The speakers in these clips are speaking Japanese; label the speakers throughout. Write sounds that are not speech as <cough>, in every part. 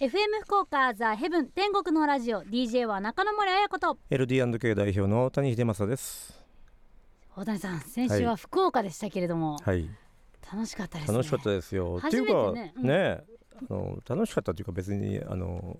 Speaker 1: FM 福岡ザ・ヘブン天国のラジオ DJ は中野森彩子と
Speaker 2: LD&K 代表の谷秀正です。
Speaker 1: 大谷さん先週は福岡でしたけれども、
Speaker 2: はい、
Speaker 1: 楽しかったですね
Speaker 2: 楽しかったですよ。
Speaker 1: 初めてね
Speaker 2: っていうか、ね、あの楽しかったというか別にあの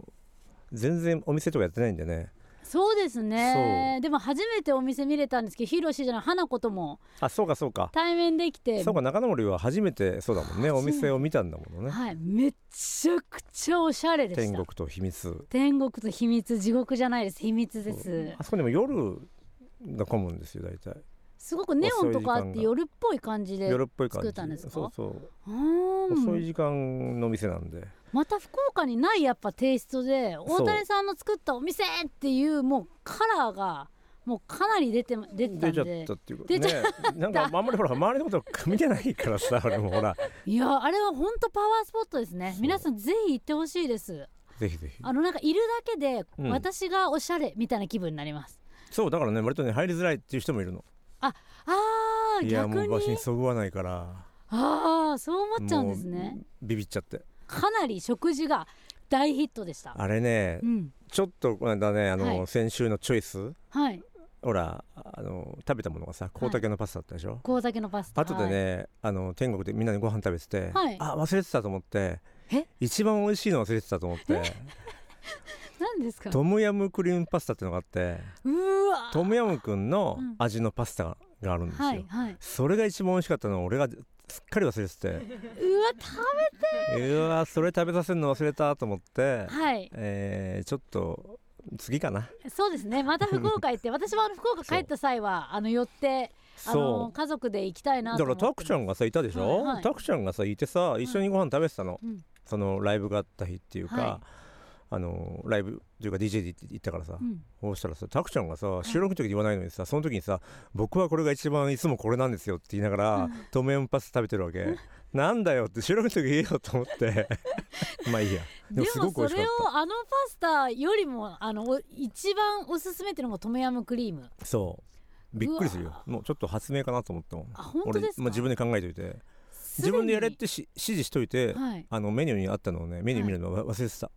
Speaker 2: 全然お店とかやってないんでね。
Speaker 1: そうです
Speaker 2: そ
Speaker 1: ねでも初めてお店見れたんですけどヒロシじゃない花子とも
Speaker 2: あ、そうかそうか。
Speaker 1: 対面できて
Speaker 2: そうか中野森は初めてそうだもんね。お
Speaker 1: 初めて
Speaker 2: 店を見たんだものね。
Speaker 1: はいめちゃくちゃおしゃれでした
Speaker 2: 天国と秘密。
Speaker 1: 天国と秘密地獄じゃないです秘密です
Speaker 2: あそこでも夜が混むんですよ大体。
Speaker 1: すごくネオンとかあっ
Speaker 2: 遅い時
Speaker 1: て
Speaker 2: 間が
Speaker 1: 夜っぽい感じで
Speaker 2: 夜っぽい感じ。
Speaker 1: 作ったんですか
Speaker 2: そうそう。
Speaker 1: うーん
Speaker 2: 遅い時間の店なんで。
Speaker 1: また福岡にないやっぱテイストで
Speaker 2: そう
Speaker 1: 大谷さんの作ったお店っていうもうカラーがもうかなり出て出てた
Speaker 2: 出
Speaker 1: ん
Speaker 2: ちゃっ
Speaker 1: で
Speaker 2: たっていうか
Speaker 1: 出ち
Speaker 2: ね。なんかあんまりほら周りのこと見てないからさ、俺もほら。
Speaker 1: いやあれは本当パワースポットですね
Speaker 2: そう
Speaker 1: 皆さんぜひ行ってほしいです
Speaker 2: ぜひぜひ。
Speaker 1: あのなんかいるだけで
Speaker 2: うん
Speaker 1: 私がおしゃれみたいな気分になります、
Speaker 2: そうだからね割とね入りづらいっていう人もいるの
Speaker 1: あー
Speaker 2: いやも
Speaker 1: 逆
Speaker 2: う場所に
Speaker 1: に
Speaker 2: そぐわないから
Speaker 1: ああそう思っちゃうんですね
Speaker 2: もうビビっちゃって
Speaker 1: かなり食事が大ヒットでした
Speaker 2: あれね
Speaker 1: うん
Speaker 2: ちょっとこの間ねあの、
Speaker 1: はい
Speaker 2: 先週のチョイス
Speaker 1: はい
Speaker 2: ほらあの食べたものがさ
Speaker 1: い
Speaker 2: 高竹のパスタだったでしょ、
Speaker 1: 大竹のパスタ
Speaker 2: 後でね、あの天国でみんなでご飯食べてて、
Speaker 1: はい
Speaker 2: あ忘れてたと思って
Speaker 1: え
Speaker 2: 一番美味しいの忘れてたと思って
Speaker 1: 何ですか
Speaker 2: トムヤムクリームパスタってのがあって
Speaker 1: うーわ
Speaker 2: トムヤムくんの
Speaker 1: うん
Speaker 2: 味のパスタががあるんですよ、
Speaker 1: はいはい
Speaker 2: それが一番美味しかったのを俺がすっかり忘れてて
Speaker 1: うわた
Speaker 2: うわそれ食べさせるの忘れたと思って、
Speaker 1: はい
Speaker 2: えー、ちょっと次かな
Speaker 1: そうです
Speaker 2: <laughs>
Speaker 1: ねまた福岡行って私もあの福岡帰った際はあの寄ってあの
Speaker 2: そ
Speaker 1: 家族で行きたいうな
Speaker 2: だ
Speaker 1: と思
Speaker 2: か
Speaker 1: っ
Speaker 2: ら
Speaker 1: て
Speaker 2: タクちゃんがさいたでしょ、
Speaker 1: はいはい
Speaker 2: タクちゃんがさいてさ一緒にご飯食べてたの、
Speaker 1: うん
Speaker 2: そのライブがあった日っていうか、
Speaker 1: は
Speaker 2: あのライブというか DJ で行ったからさ、
Speaker 1: うん
Speaker 2: そうしたらさタクちゃんがさ収録の時に言わないのにさその時にさ「僕はこれが一番いつもこれなんですよ」って言いながら、トムヤムパスタ食べてるわけなんだよって収録の時言えよと思って
Speaker 1: <laughs>
Speaker 2: まあいいや
Speaker 1: でもそ
Speaker 2: 美味しか
Speaker 1: れ
Speaker 2: っ
Speaker 1: をあのパスタよりもあのお一番おすすめっていうのもトムヤムクリーム
Speaker 2: たそうびっくりする
Speaker 1: うわ
Speaker 2: よもうちょっと発明かなと思ったもん
Speaker 1: あ本当ですか
Speaker 2: 俺、まあ、自分で考えておいて
Speaker 1: すで
Speaker 2: 自
Speaker 1: に
Speaker 2: 分でやれってし指示しといて、
Speaker 1: はい
Speaker 2: あのメニューにあったのをねメニュー見るの忘れてた、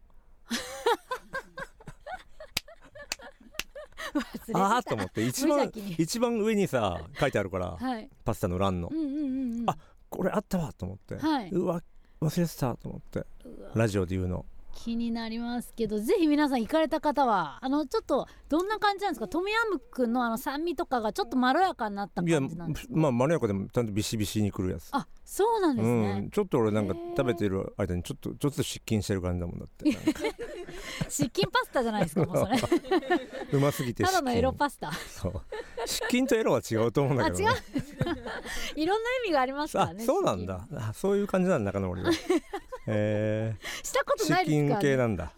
Speaker 1: 忘れて
Speaker 2: <laughs> ああ
Speaker 1: た
Speaker 2: ーと思って一番
Speaker 1: 無邪気に
Speaker 2: 一番上にさ書いてあるから、
Speaker 1: はい
Speaker 2: パスタの欄の、
Speaker 1: うんうんうんうん
Speaker 2: あこれあったわと思って、
Speaker 1: はいう
Speaker 2: わ忘れてたと思って
Speaker 1: うわ
Speaker 2: ラジオで言うの
Speaker 1: 気になりますけどぜひ皆さん行かれた方はあのちょっとどんな感じなんですかトムヤムくんのあの酸味とかがちょっとまろやかになった
Speaker 2: いや
Speaker 1: 感じなんです
Speaker 2: まあまろやかでもちゃんとビシビシにくるやつ
Speaker 1: あそうなんですね、
Speaker 2: うん、ちょっと俺なんか
Speaker 1: へー
Speaker 2: 食べてる間にちょっとちょっと失禁してる感じだもんだってなん
Speaker 1: <laughs>
Speaker 2: か
Speaker 1: 失禁パスタじゃないですかもうそれた
Speaker 2: うますぎて
Speaker 1: だ
Speaker 2: 失
Speaker 1: のエロ
Speaker 2: 禁
Speaker 1: パスタ
Speaker 2: そう失禁とエロは違うと思うんだ
Speaker 1: <laughs>
Speaker 2: けど、ね、
Speaker 1: あ違いろんな意味がありますから
Speaker 2: あ
Speaker 1: ね
Speaker 2: そうなんだあそういう感じなんだ中野
Speaker 1: <laughs>
Speaker 2: 森はえ
Speaker 1: 失禁したこ
Speaker 2: ー、
Speaker 1: とない
Speaker 2: 資
Speaker 1: です
Speaker 2: 金
Speaker 1: から、
Speaker 2: 系
Speaker 1: ね、
Speaker 2: なんだ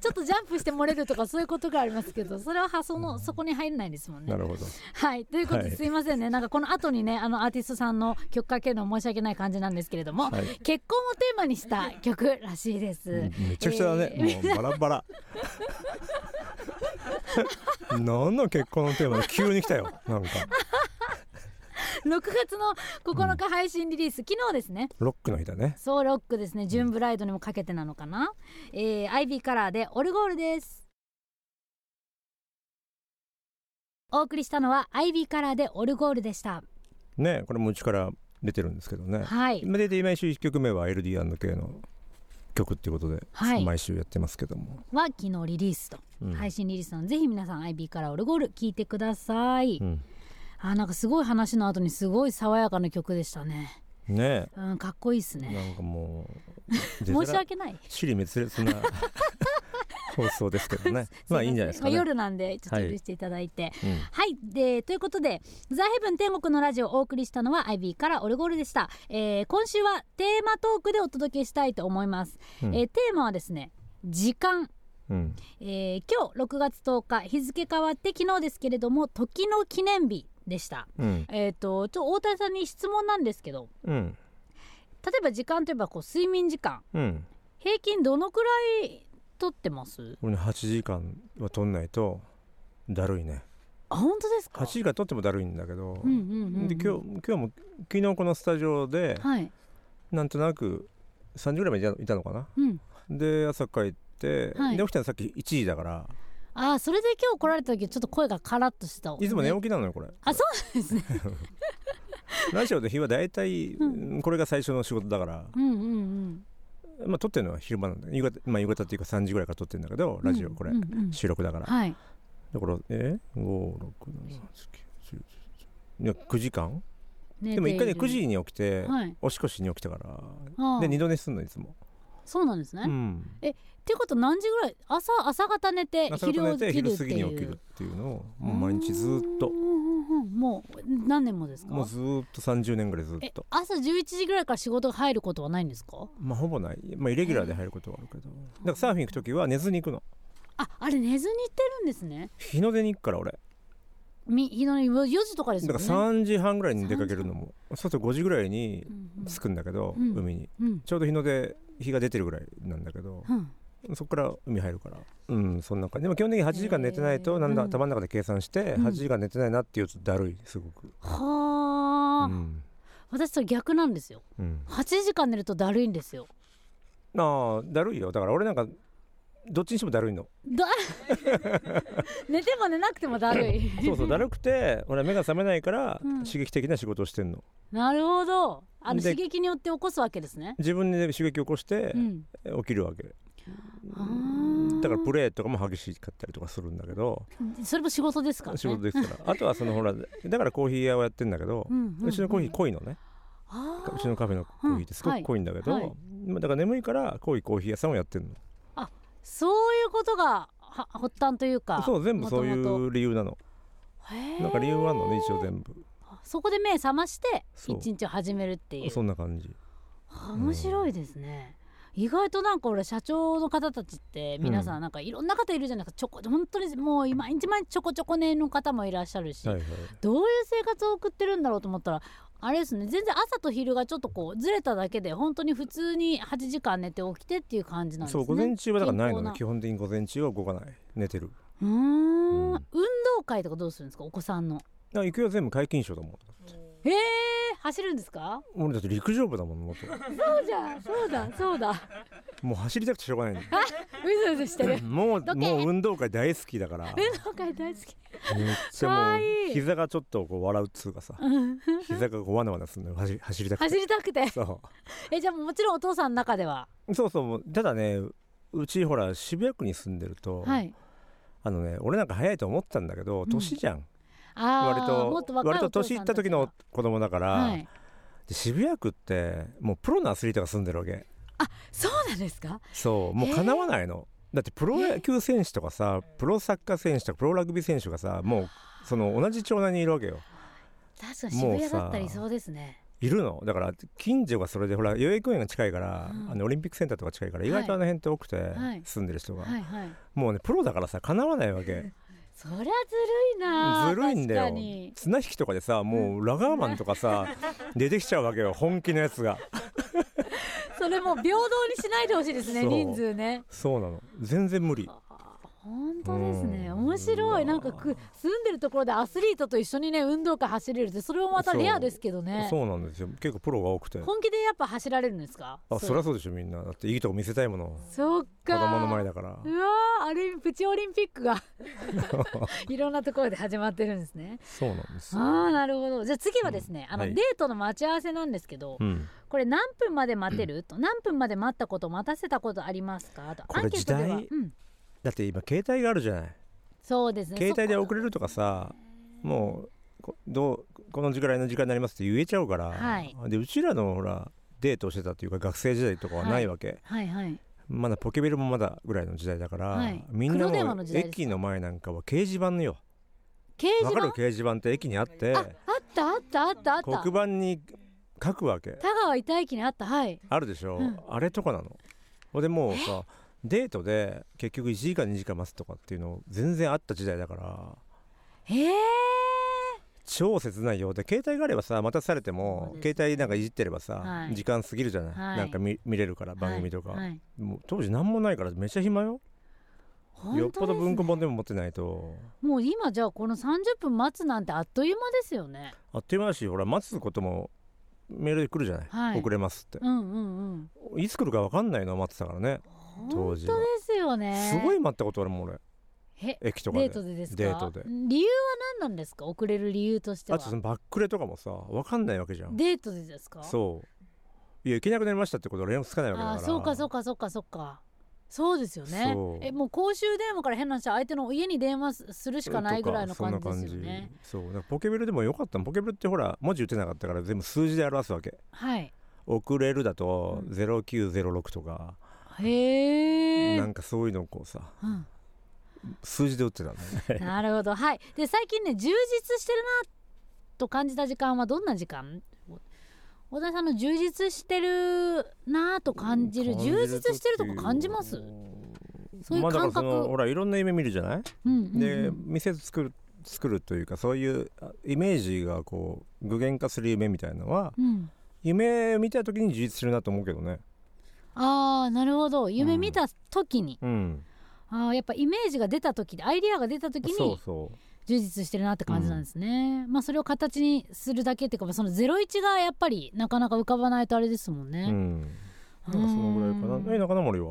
Speaker 1: ちょっとジャンプして漏れるとかそういうことがありますけどそれははそのそこに入らないですもんね
Speaker 2: なるほど
Speaker 1: はいということで
Speaker 2: はい
Speaker 1: すいませんね、なんかこの後にねあのアーティストさんの曲かけるの申し訳ない感じなんですけれども、
Speaker 2: はい
Speaker 1: <laughs> 結婚をテーマにした曲らしいです、
Speaker 2: うんめちゃくちゃだね、
Speaker 1: えー
Speaker 2: もうバラバ <laughs> ラ何の結婚のテーマで急に来たよなんか
Speaker 1: 6月の9日配信リリース、昨日ですね
Speaker 2: ロックの日だね
Speaker 1: ソウロックですねジュンブライドにもかけてなのかな、えー、アイビーカラーでオルゴールですお送りしたのはアイビーカラーでオルゴールでした
Speaker 2: ねこれもうちから出てるんですけどね
Speaker 1: はい
Speaker 2: 今出て毎週1曲目は LD&K の曲っていうことで、
Speaker 1: はい
Speaker 2: 毎週やってますけども、
Speaker 1: は昨日リリースと、
Speaker 2: うん
Speaker 1: 配信リリースなのでぜひ皆さんアイビーカラーオルゴール聞いてください、
Speaker 2: うん
Speaker 1: あなんかすごい話の後にすごい爽やかな曲でしたね
Speaker 2: ね
Speaker 1: うんかっこいいです
Speaker 2: え
Speaker 1: ね
Speaker 2: なんかもう
Speaker 1: 申し訳ない
Speaker 2: 尻滅
Speaker 1: <laughs>
Speaker 2: 裂な放送ですけどねまあいいんじゃないですかね、
Speaker 1: まあ夜なんでちょっと
Speaker 2: は
Speaker 1: 許
Speaker 2: い
Speaker 1: していただいて、
Speaker 2: うん
Speaker 1: はい、でということで「ザ・ヘブン天国のラジオ」をお送りしたのはアイビーからオルゴールでした、えー今週はテーマトークでお届けしたいと思います、
Speaker 2: うん
Speaker 1: えーテーマはですね時間
Speaker 2: うん
Speaker 1: えー今日6月10日日付変わって昨日ですけれども時の記念日でした
Speaker 2: うん
Speaker 1: えっ、とちょ大谷さんに質問なんですけど
Speaker 2: うん
Speaker 1: 例えば時間といえばこう睡眠時間
Speaker 2: うん
Speaker 1: 平均どのくらいとってます
Speaker 2: これね8時間は取んないとだるいね
Speaker 1: あ本当ですか
Speaker 2: 8時間取ってもだるいんだけど、
Speaker 1: うんうんうんうん
Speaker 2: で今日今日も昨日このスタジオで
Speaker 1: はい
Speaker 2: なんとなく3時ぐらいまでいたのかな
Speaker 1: うん
Speaker 2: で朝帰って、
Speaker 1: はい
Speaker 2: で起きたのさっき1時だから
Speaker 1: ああそれで今日来られた時ちょっと声がカラッとしてた
Speaker 2: いつも寝起きなのよこれ
Speaker 1: あそうなんですね
Speaker 2: ラジオで日は大体、
Speaker 1: う
Speaker 2: これが最初の仕事だから、
Speaker 1: <laughs> うんうんうん
Speaker 2: まあ、撮ってるのは昼間なんだ夕方,、まあ、夕方っていうか3時ぐらいから撮ってるんだけどラジオこれ、
Speaker 1: うんうんうん
Speaker 2: 収録だから、
Speaker 1: はい
Speaker 2: だからえ5679101109時間でも1回ね9時に起きて、
Speaker 1: はい
Speaker 2: おしこしに起きたから、
Speaker 1: ああ
Speaker 2: で2度寝すんのいつも、
Speaker 1: そうなんですね、
Speaker 2: う
Speaker 1: っ
Speaker 2: ん、
Speaker 1: ていうこと何時ぐらい朝朝方寝て
Speaker 2: 朝
Speaker 1: 昼
Speaker 2: 方
Speaker 1: 起
Speaker 2: 寝て
Speaker 1: きる
Speaker 2: 昼
Speaker 1: って
Speaker 2: 過ぎに起き
Speaker 1: い
Speaker 2: るっ
Speaker 1: う
Speaker 2: ていうのをもう毎日ずーっと
Speaker 1: うんうんうんうんもう何年もですか
Speaker 2: もうずーっと30年ぐらいずー
Speaker 1: え
Speaker 2: っと
Speaker 1: 朝11時ぐらいから仕事が入ることはないんですか
Speaker 2: まあほぼないまあイレギュラーで入ることはあるけどだからサーフィン行く時は寝ずに行くの
Speaker 1: ああれ寝ずに行ってるんですね
Speaker 2: 日の出に行くから俺
Speaker 1: み日の4時とかです
Speaker 2: だ
Speaker 1: よ
Speaker 2: から
Speaker 1: ね
Speaker 2: 3時半ぐらいに出かけるのも外5時ぐらいに
Speaker 1: うん
Speaker 2: 着くんだけど、
Speaker 1: うん
Speaker 2: 海に
Speaker 1: うん、うん
Speaker 2: ちょうど日の出日が出てるぐらいなんだけど、
Speaker 1: うん
Speaker 2: そこから海入るからうんそんな感じでも基本的に8時間寝てないとなんだ、
Speaker 1: うん
Speaker 2: 頭の中で計算して
Speaker 1: うん
Speaker 2: 8時間寝てないなっていうとだるいすごく、
Speaker 1: はあ、
Speaker 2: うん
Speaker 1: 私それ逆なんですよ
Speaker 2: うん、
Speaker 1: 8時間寝るとだるいんですよ
Speaker 2: ああだるいよだから俺なんかどっちにしてもだるいの
Speaker 1: だ <laughs> 寝ても寝なくてもだるい
Speaker 2: そうそうだるくて俺は目が覚めないから
Speaker 1: うん
Speaker 2: 刺激的な仕事をしてんの
Speaker 1: <laughs> なるほどあの
Speaker 2: で
Speaker 1: 刺激によって起こすわけですね
Speaker 2: 自分で刺激を起こして
Speaker 1: うん
Speaker 2: 起きるわけ
Speaker 1: あー
Speaker 2: だからプレーとかも激しかったりとかするんだけど
Speaker 1: それも仕事ですからね
Speaker 2: 仕事ですからあとはそのほらだからコーヒー屋をやってんだけど
Speaker 1: うんうんうん
Speaker 2: うちのコーヒー濃いのね
Speaker 1: あー
Speaker 2: うちのカフェのコーヒーってすご
Speaker 1: は
Speaker 2: く
Speaker 1: い
Speaker 2: 濃いんだけ
Speaker 1: はい
Speaker 2: どまあだから眠いから濃いコーヒー屋さんをやってんの
Speaker 1: そういうことがは発端というか
Speaker 2: そう全部そうい
Speaker 1: 元々
Speaker 2: う理由なの
Speaker 1: へー
Speaker 2: なんか理由はあるのね一応全部
Speaker 1: そこで目覚まして
Speaker 2: そう
Speaker 1: 一日を始めるっていう
Speaker 2: そんな感じ
Speaker 1: はあ面白いですね、意外となんか俺社長の方たちって皆さ
Speaker 2: うん
Speaker 1: なんかいろんな方いるじゃないですかちょこ本当にもう毎日毎日ちょこちょこ寝の方もいらっしゃるし、
Speaker 2: はいはい
Speaker 1: どういう生活を送ってるんだろうと思ったらあれですね全然朝と昼がちょっとこうずれただけで本当に普通に8時間寝て起きてっていう感じなんです
Speaker 2: そ
Speaker 1: ね
Speaker 2: う午前中はだからないのね
Speaker 1: 健
Speaker 2: 基本的に午前中は動かない寝てる
Speaker 1: 康なうーん
Speaker 2: うん
Speaker 1: 運動会とかどうするんですかお子さんの
Speaker 2: だから行くよ全部皆勤賞だもん
Speaker 1: えー、走るんですか
Speaker 2: 俺だって陸上部だも
Speaker 1: <laughs>
Speaker 2: ん元
Speaker 1: そうじゃんそうだそうだ
Speaker 2: もう走りたくてしょうがない
Speaker 1: 嘘嘘してる
Speaker 2: も
Speaker 1: どけ
Speaker 2: うもう運動会大好きだか
Speaker 1: <laughs>
Speaker 2: ら
Speaker 1: 運動会大好き <laughs>
Speaker 2: めっちゃ
Speaker 1: かわ
Speaker 2: も
Speaker 1: いいう
Speaker 2: 膝がちょっとこう笑うっつうかさ膝がこうわなわなするのよ走り走りたく
Speaker 1: 走
Speaker 2: て
Speaker 1: りたくて
Speaker 2: そ
Speaker 1: えじゃあもちろんお父さんの中では
Speaker 2: うそうそうもうただねうちほら渋谷区に住んでると、
Speaker 1: はい
Speaker 2: あのね俺なんか早いと思ったんだけど
Speaker 1: ん
Speaker 2: 年じゃん、
Speaker 1: あ
Speaker 2: 割と
Speaker 1: もっと若い
Speaker 2: 割と年いった時の子供だから、
Speaker 1: はい
Speaker 2: で渋谷区ってもうプロのアスリートが住んでるわけ
Speaker 1: そうなんですか
Speaker 2: そうも
Speaker 1: え
Speaker 2: う
Speaker 1: ー
Speaker 2: かなわないの、だってプロ野球選手とかさプロサッカー選手とかプロラグビー選手がさもうその同じ町内にいるわけよ
Speaker 1: 確かに渋谷だったりそうですね
Speaker 2: いるのだから近所がそれでほら代々木公園が近いから、
Speaker 1: うん
Speaker 2: あのオリンピックセンターとか近いから
Speaker 1: はい
Speaker 2: 意外とあの辺って多くて、
Speaker 1: はい
Speaker 2: 住んでる人が、
Speaker 1: はいはい
Speaker 2: もうねプロだからさかなわないわけ
Speaker 1: そりゃずるいな
Speaker 2: ずるいんだよ
Speaker 1: 確かに
Speaker 2: 綱引きとかでさもうラガーマンとか
Speaker 1: <laughs>
Speaker 2: さ出てきちゃうわけよ本気のやつが
Speaker 1: それもう平等にしないでほしいですね
Speaker 2: そう
Speaker 1: 人数ね
Speaker 2: そうなの全然無理
Speaker 1: 本当ですね
Speaker 2: うん
Speaker 1: 面白いなんか
Speaker 2: う
Speaker 1: く住んでるところでアスリートと一緒にね運動会走れるってそれもまたレアですけどね
Speaker 2: そうなんですよ結構プロが多くて
Speaker 1: 本気でやっぱ走られるんですか
Speaker 2: あそり
Speaker 1: れ
Speaker 2: ゃそうでしょみんなだっていいとこ見せたいもの
Speaker 1: そっ
Speaker 2: 子
Speaker 1: か
Speaker 2: 供の前だから
Speaker 1: うわーある意味プチオリンピック
Speaker 2: <laughs>
Speaker 1: がいろんなところで始まってるんですね。
Speaker 2: そうなんですよ
Speaker 1: ああなるほどじゃあ次はですね、あの
Speaker 2: はい
Speaker 1: デートの待ち合わせなんですけど、
Speaker 2: うん、
Speaker 1: これ何分まで待てると何分まで待ったこと待たせたことありますかと
Speaker 2: これ
Speaker 1: アンケートでは、
Speaker 2: 時代
Speaker 1: うん、
Speaker 2: だって今携帯があるじゃない
Speaker 1: そうですね
Speaker 2: 携帯で
Speaker 1: そこ
Speaker 2: 遅れるとかさもうこどうこの時ぐらいの時間になりますって言えちゃうから、
Speaker 1: はい
Speaker 2: でうちらのほらデートをしてたっていうか学生時代とかはないわけ、
Speaker 1: はいはい
Speaker 2: まだポケベルもまだぐらいの時代だから、
Speaker 1: はい
Speaker 2: みんな
Speaker 1: 黒電話
Speaker 2: も
Speaker 1: の
Speaker 2: う
Speaker 1: 時代ですか
Speaker 2: 駅の前なんかは掲示板のよ
Speaker 1: 掲示
Speaker 2: わか
Speaker 1: 板
Speaker 2: る
Speaker 1: あ
Speaker 2: 掲示板って駅にあって
Speaker 1: ったあったあったあった
Speaker 2: 黒板に書くわけ
Speaker 1: 田川痛い駅にあったはい
Speaker 2: あるでしょ、
Speaker 1: うん
Speaker 2: あれとかなのほんでもうさデートで結局1時間2時間待つとかっていうの全然あった時代だから
Speaker 1: へえ
Speaker 2: 超切ないよで携帯があればさ待たされても、
Speaker 1: そうですね
Speaker 2: 携帯なんかいじってればさ、
Speaker 1: はい
Speaker 2: 時間過ぎるじゃない、
Speaker 1: はい
Speaker 2: なんか見見れるから番組とか、
Speaker 1: はいはい
Speaker 2: もう当時何もないからめっちゃ暇よ、
Speaker 1: 本当ですね
Speaker 2: よっぽど文庫本でも持ってないと
Speaker 1: もう今じゃあこの30分待つなんてあっという間ですよね
Speaker 2: あっという間だしほら待つこともメールで来るじゃない、
Speaker 1: はい
Speaker 2: 遅れますって
Speaker 1: うんうんうん
Speaker 2: いつ来るか分かんないの待ってたからね
Speaker 1: 本当
Speaker 2: 当時は
Speaker 1: ですよね
Speaker 2: すごい待ったことあるもん俺
Speaker 1: え
Speaker 2: 駅とか
Speaker 1: デ
Speaker 2: で
Speaker 1: ートでですか
Speaker 2: デートで
Speaker 1: 理由は何なんですか遅れる理由としては
Speaker 2: あとそのバックレとかもさ分かんないわけじゃん
Speaker 1: デートでですか
Speaker 2: そういや行けなくなりましたってことは連絡つかないわけだか
Speaker 1: あ
Speaker 2: ら
Speaker 1: ーそうかそうかそうかそうかそうですよね
Speaker 2: そう
Speaker 1: えもう公衆電話から変な話相手の家に電話すするしかないぐらいの
Speaker 2: と
Speaker 1: 感じ
Speaker 2: か
Speaker 1: で
Speaker 2: そんな
Speaker 1: すよね
Speaker 2: そうだからポケベルでもよかったのポケベルってほら文字打てなかったから全部数字で表すわけ
Speaker 1: はい
Speaker 2: 遅れるだと
Speaker 1: うん
Speaker 2: 0906とか、
Speaker 1: へえ
Speaker 2: なんかそういうのをこうさ
Speaker 1: うん
Speaker 2: 数字で打ってたのね
Speaker 1: なるほどはいで最近ね充実してるなと感じた時間はどんな時間小田さんの充実してるなと感じる
Speaker 2: 感じ
Speaker 1: 充
Speaker 2: る
Speaker 1: 実してるとか感じますそういう
Speaker 2: まあだからそ
Speaker 1: 感
Speaker 2: の
Speaker 1: 覚
Speaker 2: ほらいろんな夢見るじゃない、
Speaker 1: うんうんうん
Speaker 2: で店作る作るというかそういうあイメージがこう具現化する夢みたいなのは
Speaker 1: うん
Speaker 2: 夢見た時に充実するなと思うけどね
Speaker 1: ああなるほど夢見た時に、
Speaker 2: うん
Speaker 1: ああやっぱイメージが出た時でアイディアが出た時
Speaker 2: そう
Speaker 1: に
Speaker 2: そ
Speaker 1: 充実してるなって感じなんですね、まあそれを形にするだけっていうかその01がやっぱりなかなか浮かばないとあれですもん
Speaker 2: う、
Speaker 1: ね、
Speaker 2: うん、なんかそのぐらいかなえ中森は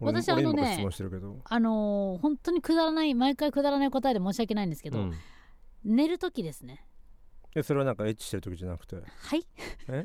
Speaker 2: 俺
Speaker 1: 私あのね
Speaker 2: 俺今から質問してるけど
Speaker 1: あのー本当にくだらない毎回くだらない答えで申し訳ないんですけど、
Speaker 2: うん
Speaker 1: 寝る時ですね
Speaker 2: えそれはなんかエッチしてる時じゃなくて
Speaker 1: はい
Speaker 2: え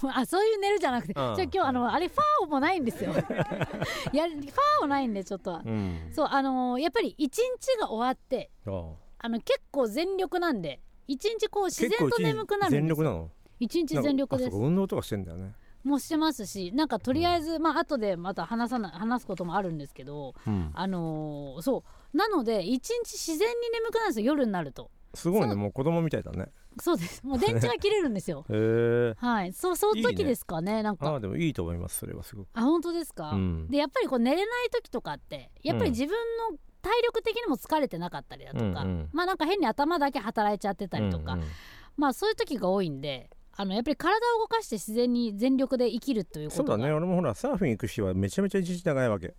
Speaker 1: もう <laughs> あそういう寝るじゃなくてじゃ
Speaker 2: あ
Speaker 1: あ
Speaker 2: あ
Speaker 1: 今日あのあれファーもないんですよ <laughs> いやファーもないんでちょっとは
Speaker 2: うん
Speaker 1: そうあのーやっぱり一日が終わって
Speaker 2: ああ
Speaker 1: あの結構全力なんで一日こう自然と
Speaker 2: 結構一日
Speaker 1: 眠くなる
Speaker 2: 全
Speaker 1: んです
Speaker 2: 力なの
Speaker 1: 一日全力で
Speaker 2: あ
Speaker 1: す
Speaker 2: そうか運動とかしてんだよね、
Speaker 1: もうしてますしなんかとりあえず、まあ後でまた話さな話すこともあるんですけど
Speaker 2: うん、
Speaker 1: あのーそうなので一日自然に眠くなるんですよ夜になると
Speaker 2: すごい
Speaker 1: そ
Speaker 2: ねもう子供みたいだね
Speaker 1: そう
Speaker 2: <laughs>
Speaker 1: ですもう電池が切れるんですよ
Speaker 2: へえ
Speaker 1: はいそうそういう
Speaker 2: いい
Speaker 1: 時
Speaker 2: ね
Speaker 1: ですかねなん
Speaker 2: あ
Speaker 1: か
Speaker 2: あでもいいと思いますそれはすごく
Speaker 1: あ本当ですか、
Speaker 2: うん
Speaker 1: でやっぱりこう寝れない時とかってやっぱり
Speaker 2: うん
Speaker 1: 自分の体力的にも疲れてなかったりだとか、
Speaker 2: うんうん
Speaker 1: まあなんか変に頭だけ働いちゃってたりとか、
Speaker 2: うんうん
Speaker 1: まあそういう時が多いんであのやっぱり体を動かして自然に全力で生きるというこ
Speaker 2: そ
Speaker 1: とが
Speaker 2: うだね俺もほらサーフィン行く日はめちゃめちゃ一日長いわけ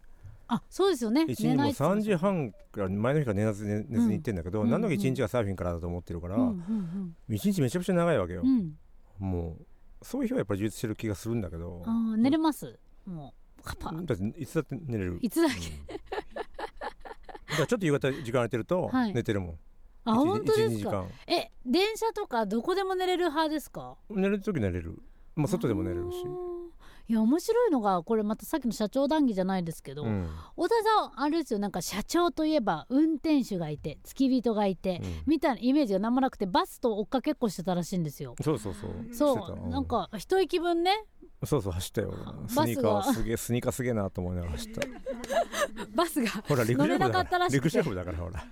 Speaker 1: あそうですよね
Speaker 2: 一日もう
Speaker 1: って言って
Speaker 2: 3
Speaker 1: まし
Speaker 2: 時半から前の日から寝なず寝寝ずに行ってんだけど、
Speaker 1: うん
Speaker 2: 何の一日がサーフィンからだと思ってるか
Speaker 1: た
Speaker 2: ら、
Speaker 1: うんうん
Speaker 2: 一日めちゃめちゃ長いわけよ
Speaker 1: う、んうん
Speaker 2: もうそういう日はやっぱり充実してる気がするんだけど
Speaker 1: あー寝れますもうカパ
Speaker 2: だっていつだって寝れる
Speaker 1: いつだけ
Speaker 2: うんだからちょっと夕方時間空いてると
Speaker 1: はい
Speaker 2: 寝てるもん、
Speaker 1: あ
Speaker 2: 一日
Speaker 1: 本当で
Speaker 2: 一
Speaker 1: す
Speaker 2: 二時
Speaker 1: か
Speaker 2: 間
Speaker 1: え電車とかどこでも寝れる派ですか
Speaker 2: 寝る時寝れるまあ外でも寝れるし
Speaker 1: あーいや面白いのがこれまたさっきの社長談義じゃないですけど、
Speaker 2: うん
Speaker 1: 小田さんあれですよなんか社長といえば運転手がいて付き人がいて、
Speaker 2: うん
Speaker 1: みたいなイメージが何もなくてバスと追っかけっこしてたらしいんですよ。
Speaker 2: そうそうそうして
Speaker 1: そ
Speaker 2: た
Speaker 1: うなんか一息分ね
Speaker 2: そうそう走ったよ
Speaker 1: あ
Speaker 2: スニーカ
Speaker 1: バスが
Speaker 2: ーすげえスニーカーすげえなと思いながら
Speaker 1: <laughs>
Speaker 2: 走った
Speaker 1: バスが <laughs>
Speaker 2: ほら陸
Speaker 1: 乗れ
Speaker 2: 上部
Speaker 1: なか
Speaker 2: だ
Speaker 1: っ
Speaker 2: か
Speaker 1: た
Speaker 2: ら
Speaker 1: らし
Speaker 2: 陸
Speaker 1: く
Speaker 2: 上
Speaker 1: て
Speaker 2: 部だから
Speaker 1: <laughs>
Speaker 2: ほら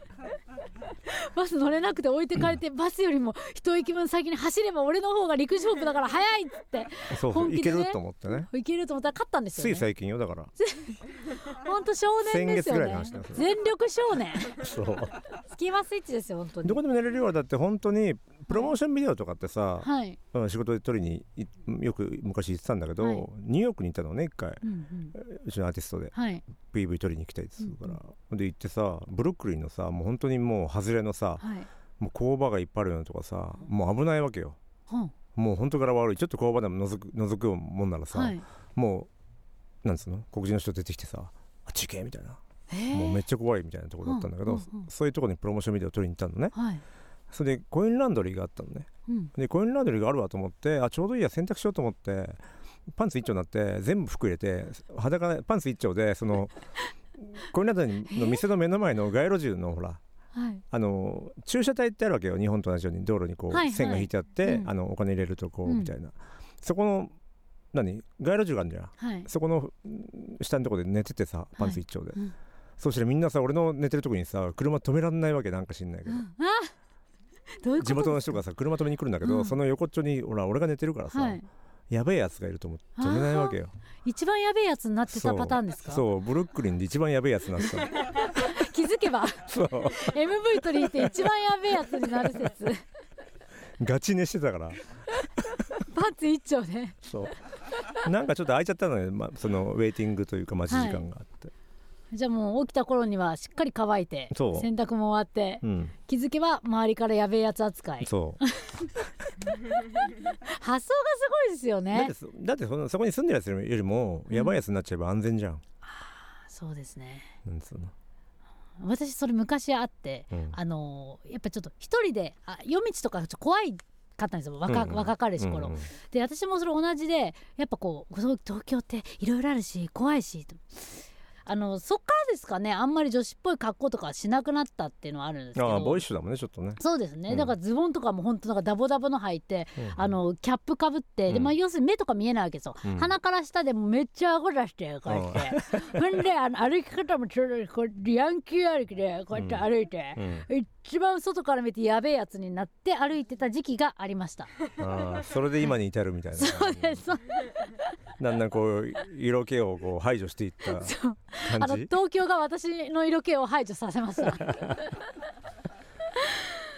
Speaker 1: バス乗れなくて置いてかれて、バスよりも一息分先に走れば俺の方が陸上部だから早いっつって
Speaker 2: そうそ
Speaker 1: 本
Speaker 2: う
Speaker 1: 気
Speaker 2: い
Speaker 1: で
Speaker 2: け
Speaker 1: ね
Speaker 2: ると思ってね
Speaker 1: いけると思ったら勝ったんです
Speaker 2: つ
Speaker 1: よ
Speaker 2: い
Speaker 1: ね
Speaker 2: 最近よ
Speaker 1: <laughs>
Speaker 2: だから
Speaker 1: ほんと少年ですよ
Speaker 2: 先月ぐらいの
Speaker 1: ね
Speaker 2: 話なんですよ
Speaker 1: 全力少年 <laughs>
Speaker 2: そう
Speaker 1: スキマスイッチですよ本当に
Speaker 2: どこでも寝れるようだって本当にプロモーションビデオとかってさ、
Speaker 1: はい、
Speaker 2: うん仕事で撮りにいよく昔行ってたんだけど、
Speaker 1: はい
Speaker 2: ニューヨークに行ったのね一回
Speaker 1: うんうん、
Speaker 2: うちのアーティストで
Speaker 1: はい
Speaker 2: PV 撮りに行きたいっつうから、で行ってさブルックリンのさもう本当にもう外れのさ
Speaker 1: はい
Speaker 2: もう工場がいっぱいあるようなとかさもう危ないわけよ
Speaker 1: は
Speaker 2: もう本当から悪いちょっと工場でも覗く覗くもんなら
Speaker 1: あ
Speaker 2: さ、
Speaker 1: はい
Speaker 2: もうなんつうの黒人の人出てきてさ「あっち行け」みたいな、もうめっちゃ怖いみたいなとこだったんだけど、
Speaker 1: うんうんうん
Speaker 2: そういうとこにプロモーションビデオ撮りに行ったのね
Speaker 1: はい、
Speaker 2: それでコインランドリーがあったのね
Speaker 1: うん、
Speaker 2: でコインランドリーがあるわと思ってあちょうどいいや洗濯しようと思ってパンツ一丁になって全部服入れて裸でパンツ一丁でそ
Speaker 1: <laughs>
Speaker 2: のコインランドリーの店の目の前の街路樹のほら
Speaker 1: はい
Speaker 2: あの駐車帯ってあるわけよ日本と同じように道路にこう、
Speaker 1: はいはい
Speaker 2: 線が引いてあって、
Speaker 1: うん
Speaker 2: あのお金入れるとこう、
Speaker 1: うん
Speaker 2: みたいなそこの何街路樹があるんじゃん
Speaker 1: はい
Speaker 2: そこのうん下のとこで寝ててさパンツ一丁で、
Speaker 1: うん
Speaker 2: そうしたらみんなさ俺の寝てるとこにさ車止めらんないわけなんか知んないけど
Speaker 1: あ <laughs> どういうこと
Speaker 2: 地元の人がさ車止めに来るんだけど、
Speaker 1: うん
Speaker 2: その横っちょにほら俺が寝てるからさ、
Speaker 1: はい、
Speaker 2: やべえやつがいると思って止めないわけよ
Speaker 1: 一番やべえやつになってた
Speaker 2: そう
Speaker 1: パターンですか
Speaker 2: そうブルックリンで一番やべえやつになってた
Speaker 1: <laughs> 気づけば <laughs>
Speaker 2: そう
Speaker 1: MV 取り入って一番やべえやつになる説 <laughs>
Speaker 2: ガチ寝してたから
Speaker 1: パンツ一丁で
Speaker 2: そうなんかちょっと空いちゃったのよ、ま、そのウェイティングというか待ち時間があって、
Speaker 1: じゃあもう起きた頃にはしっかり乾いて洗
Speaker 2: そう
Speaker 1: 濯も終わって
Speaker 2: うん
Speaker 1: 気づけば周りからやべえやつ扱い
Speaker 2: そう
Speaker 1: 発想がすごいですよ
Speaker 2: だっ
Speaker 1: ね
Speaker 2: てそだってそのそこに住んでるやつよりもやばいやつになっちゃえば安全じゃん、
Speaker 1: そうですね
Speaker 2: なんつうの、
Speaker 1: 私それ昔あって
Speaker 2: うん、
Speaker 1: あのーやっぱちょっと一人であ夜道とかちょっと怖いかったんですよ若,、
Speaker 2: うんうん
Speaker 1: 若かりし頃、
Speaker 2: うんうん
Speaker 1: で私もそれ同じでやっぱこうそう東京っていろいろあるし怖いしとあのそっからですかねあんまり女子っぽい格好とかはしなくなったっていうのはあるんですけ
Speaker 2: ああボーイ
Speaker 1: ど
Speaker 2: ッシュだもんねちょっとね、
Speaker 1: そうですね、
Speaker 2: うん
Speaker 1: だからズボンとかも本当なんかダボダボの履いて
Speaker 2: うん
Speaker 1: あのキャップかぶって、で
Speaker 2: うん
Speaker 1: まあ、要するに目とか見えないわけですよ、
Speaker 2: うん
Speaker 1: 鼻から下でもめっちゃ顎出してこうやって、ほんであの歩き方もちょうどこうヤンキー歩きでこうやって歩いて
Speaker 2: う、ん、
Speaker 1: 一番外から見てやべえやつになって歩いてた時期がありました、
Speaker 2: ああそれで今に至るみたい
Speaker 1: <laughs>
Speaker 2: な
Speaker 1: そうですそう
Speaker 2: だんだんこう色気をこう排除していった
Speaker 1: <laughs> そうあの
Speaker 2: 感じ
Speaker 1: 東京が私の色気を排除させました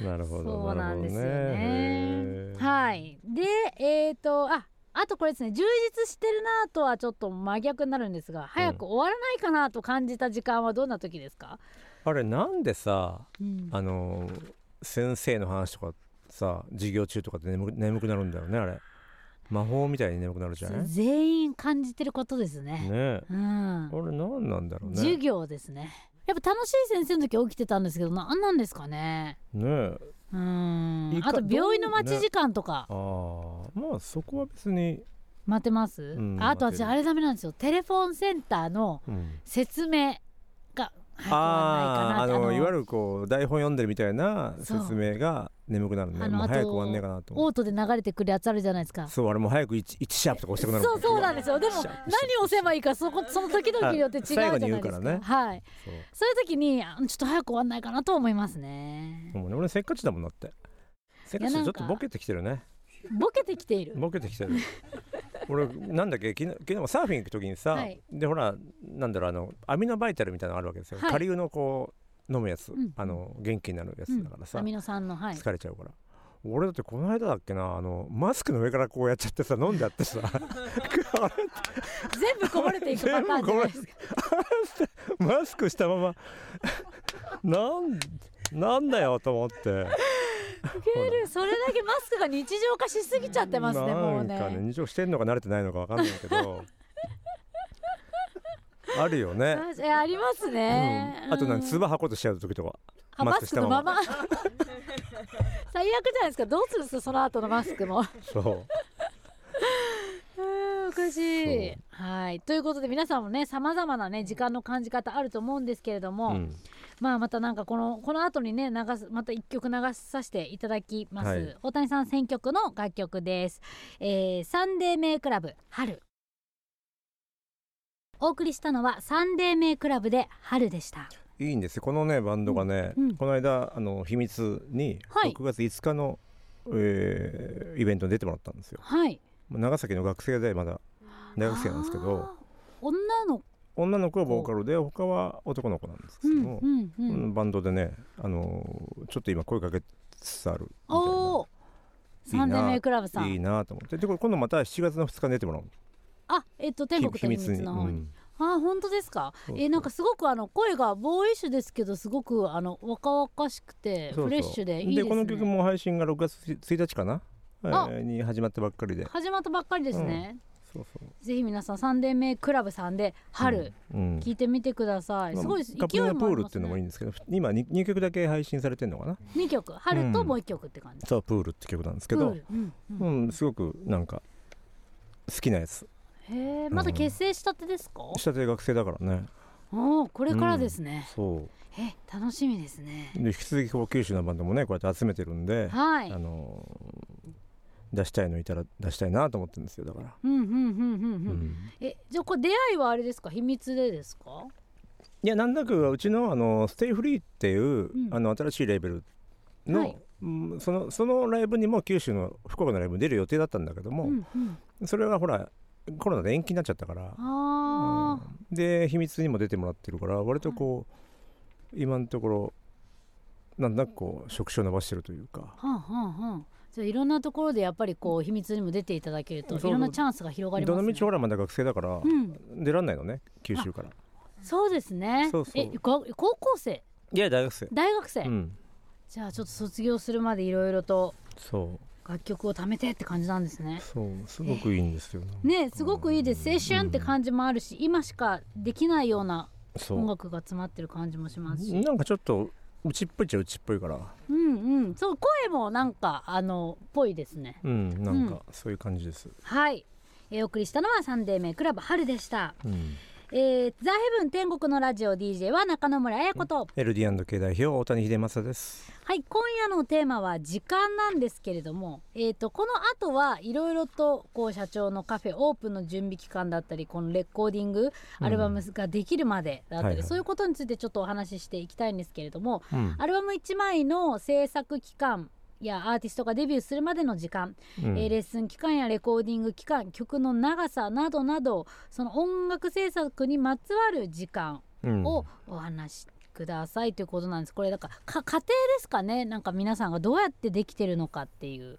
Speaker 2: なるほど
Speaker 1: <laughs> そうなんですよ
Speaker 2: るほど
Speaker 1: ね
Speaker 2: へー
Speaker 1: はいでえっ、とああとこれですね充実してるなとはちょっと真逆になるんですが早く終わらないかなと感じた時間はどんな時ですか、
Speaker 2: あれなんでさ
Speaker 1: うん
Speaker 2: あの先生の話とかさ授業中とかって眠く眠くなるんだよねあれ魔法みたいに眠くなるじゃないね
Speaker 1: 全員感じてることですね
Speaker 2: え
Speaker 1: うん
Speaker 2: あ、れ何なんだろう
Speaker 1: 授
Speaker 2: ね
Speaker 1: 業ですねやっぱ楽しい先生の時起きてたんですけどなんなんですかね
Speaker 2: ねえ
Speaker 1: うん
Speaker 2: いか
Speaker 1: あと病院の待
Speaker 2: ど
Speaker 1: ち
Speaker 2: うね
Speaker 1: 時間とか
Speaker 2: ああまあそこは別に、
Speaker 1: 待てます、
Speaker 2: ん
Speaker 1: あと
Speaker 2: 待て
Speaker 1: 私
Speaker 2: る
Speaker 1: あれダメなんですよテレフォンセンターの
Speaker 2: うん、
Speaker 1: 説明が早く終わ
Speaker 2: ああ
Speaker 1: らないかな
Speaker 2: あ
Speaker 1: って
Speaker 2: のいわ
Speaker 1: る
Speaker 2: ゆるこう台本読んでるみたいな
Speaker 1: そう
Speaker 2: 説明が眠くなるね
Speaker 1: あの
Speaker 2: もう
Speaker 1: あと
Speaker 2: 早く終わんねえかなと思
Speaker 1: オ
Speaker 2: う
Speaker 1: ートで流れてくるやつあるじゃないですか
Speaker 2: そうあれもう早く 1, シャープとか押したくなる
Speaker 1: そうそうなんですよでも
Speaker 2: シ
Speaker 1: 何
Speaker 2: ャープ
Speaker 1: を押せばいいかそこその時々によって違うじゃない
Speaker 2: 最後に
Speaker 1: で
Speaker 2: 言う
Speaker 1: す
Speaker 2: か
Speaker 1: から
Speaker 2: ね
Speaker 1: はい
Speaker 2: そう
Speaker 1: そういう時にあちょっと早く終わんないかなと思いますね
Speaker 2: もうね俺せっかちだもんだってせっかち
Speaker 1: いやな
Speaker 2: で
Speaker 1: ん
Speaker 2: ちょ
Speaker 1: か
Speaker 2: っとボケてきてるね
Speaker 1: ボケてきている
Speaker 2: ボケてきてる俺なんだっけ昨日昨日もサーフィン行く時にさ、
Speaker 1: はい
Speaker 2: でほらなんだろうあのアミノバイタルみたいなのあるわけですよ、
Speaker 1: はい
Speaker 2: 下流のこう飲むやつ、
Speaker 1: ん
Speaker 2: あの元気になるやつだからさ、
Speaker 1: アミノ酸のはい
Speaker 2: 疲れちゃうから、俺だってこの間だっけなあのマスクの上からこうやっちゃってさ飲んじゃってさ <laughs> あれ
Speaker 1: 全部こぼれていくパターンじゃないですか
Speaker 2: マスクしたま <laughs> まなんなんだよと思って
Speaker 1: ウケるそれだけマスクが日常化しすぎちゃってますねもう
Speaker 2: なんか
Speaker 1: ね
Speaker 2: ね日常してんのか慣れてないのかわかんない
Speaker 1: <laughs>
Speaker 2: けどあるよね、
Speaker 1: あえありますね、
Speaker 2: うん、あとなん
Speaker 1: う
Speaker 2: つば吐こうとしちゃう時とか
Speaker 1: あマ
Speaker 2: マ
Speaker 1: スク
Speaker 2: スクした
Speaker 1: の
Speaker 2: ま
Speaker 1: まま
Speaker 2: ま
Speaker 1: <laughs> 最悪じゃないですかどうするんですかその後のマスク
Speaker 2: <laughs>
Speaker 1: もう
Speaker 2: そう
Speaker 1: ーんおかしい
Speaker 2: そう
Speaker 1: はいということで皆さんもねさまざまなね時間の感じ方あると思うんですけれども、
Speaker 2: うん
Speaker 1: まあまたなんかこのこの後にね流すまた一曲流させていただきます、
Speaker 2: はい
Speaker 1: 大谷さん選曲の楽曲です、えーサンデーメイクラブ春お送りしたのはサンデーメイクラブで春でした
Speaker 2: いいんですよこのねバンドがね、
Speaker 1: うんうん
Speaker 2: この間あの秘密に
Speaker 1: はい
Speaker 2: 6月5日の、えーイベントに出てもらったんですよ
Speaker 1: はい
Speaker 2: 長崎の学生でまだ大学生なんですけ
Speaker 1: あ
Speaker 2: ど
Speaker 1: ー女の子
Speaker 2: 女の子はボーカルで他は男の子なんですけ
Speaker 1: う
Speaker 2: ど
Speaker 1: ん
Speaker 2: も
Speaker 1: う、んう
Speaker 2: この
Speaker 1: ん
Speaker 2: バンドでね、あのーちょっと今声かけつつあるみたいな
Speaker 1: おお
Speaker 2: いいな
Speaker 1: サンデーメイクラブさん
Speaker 2: いいなと思ってでこれ今度また7月の2日に出てもらう
Speaker 1: あえっと天国と秘密の方に、
Speaker 2: うん
Speaker 1: あ本当ですか
Speaker 2: そうそう
Speaker 1: えなんかすごくあの声がボーイッシュですけどすごくあの若々しくて
Speaker 2: そうそう
Speaker 1: フレッシュでいいですね
Speaker 2: この曲も配信が6月1日かな、え
Speaker 1: あ
Speaker 2: ーに始まったばっかりで
Speaker 1: 始まったばっかりですね、
Speaker 2: そうそう
Speaker 1: ぜひ皆さんサンデーメイクラブさんで春、
Speaker 2: うん
Speaker 1: 聞いてみてください、
Speaker 2: まあ
Speaker 1: すごい勢いも
Speaker 2: カ
Speaker 1: あ
Speaker 2: プリナ
Speaker 1: り
Speaker 2: プール
Speaker 1: ま
Speaker 2: って
Speaker 1: す
Speaker 2: いうのもいい
Speaker 1: ね
Speaker 2: んですけど今 2, 曲だけ配信されてるのかな
Speaker 1: 2曲春ともう1曲って感じ、
Speaker 2: そうプールって曲なんですけ
Speaker 1: プー
Speaker 2: ど
Speaker 1: ル、うんうん
Speaker 2: うんすごくなんか好きなやつ
Speaker 1: へえまだ結成したてですか、
Speaker 2: 下手学生だからね
Speaker 1: おおこれからですね、
Speaker 2: そう
Speaker 1: え楽しみですね
Speaker 2: で引き続きこう九州のバンドもねこうやって集めてるんで、
Speaker 1: はい
Speaker 2: あのー出したいのいたら出したいなと思ってるんですよだから、
Speaker 1: うんうんうんうんうん、
Speaker 2: うん
Speaker 1: えじゃあこれ出会いはあれですか秘密でですか
Speaker 2: いやなんだかうちのあのステイフリーっていう、
Speaker 1: ん
Speaker 2: あの新しいレーベルの、
Speaker 1: はい
Speaker 2: うんそのそのライブにも九州の福岡のライブに出る予定だったんだけど
Speaker 1: う
Speaker 2: も、
Speaker 1: んうん
Speaker 2: それがほらコロナで延期になっちゃったから、
Speaker 1: ああ、
Speaker 2: うんで秘密にも出てもらってるから割とこう、今のところなんだかこう職種を伸ばしてるというか
Speaker 1: はんはんはんじゃあいろんなところでやっぱりこう秘密にも出ていただけると
Speaker 2: そ
Speaker 1: いう
Speaker 2: そう
Speaker 1: ろんなチャンスが広がりま
Speaker 2: ど
Speaker 1: す
Speaker 2: の
Speaker 1: ね
Speaker 2: 道ほらまだ学生だから、
Speaker 1: うん
Speaker 2: 出らんないのね九州から
Speaker 1: そうですね
Speaker 2: そうそう
Speaker 1: えこ高校生
Speaker 2: いや大学生
Speaker 1: 大学生、
Speaker 2: うん
Speaker 1: じゃあちょっと卒業するまでいろいろと
Speaker 2: そ
Speaker 1: 楽曲を貯めてって感じなんです
Speaker 2: う
Speaker 1: ね
Speaker 2: そうすごくいいんですよ、
Speaker 1: ねすごくいいです青春って感じもあるし、今しかできないような
Speaker 2: そ
Speaker 1: 音
Speaker 2: う
Speaker 1: 楽が詰まってる感じもしますし
Speaker 2: なんかちょっとうちっぽいっちゃうちっぽいから
Speaker 1: うんうんそう声もなんかあのぽいですね
Speaker 2: うんなんかそういう感じです、
Speaker 1: はい、えーお送りしたのはサンデーメイクラブ春でした、
Speaker 2: うん、
Speaker 1: えー、ザ・ヘブン天国のラジオ DJ は中野村彩子と、
Speaker 2: LD&K 代表大谷秀正です
Speaker 1: はい今夜のテーマは時間なんですけれども、えー、とこの後はいろいろとこう社長のカフェオープンの準備期間だったりこのレコーディング
Speaker 2: うん
Speaker 1: アルバムができるまでだったり、
Speaker 2: はいはい
Speaker 1: そういうことについてちょっとお話ししていきたいんですけれども、
Speaker 2: うん
Speaker 1: アルバム1枚の制作期間やアーティストがデビューするまでの時間、
Speaker 2: うん
Speaker 1: えーレッスン期間やレコーディング期間曲の長さなどなどその音楽制作にまつわる時間
Speaker 2: うん
Speaker 1: をお話しくださいということなんですこれだからか家庭ですかねなんか皆さんがどうやってできてるのかっていう、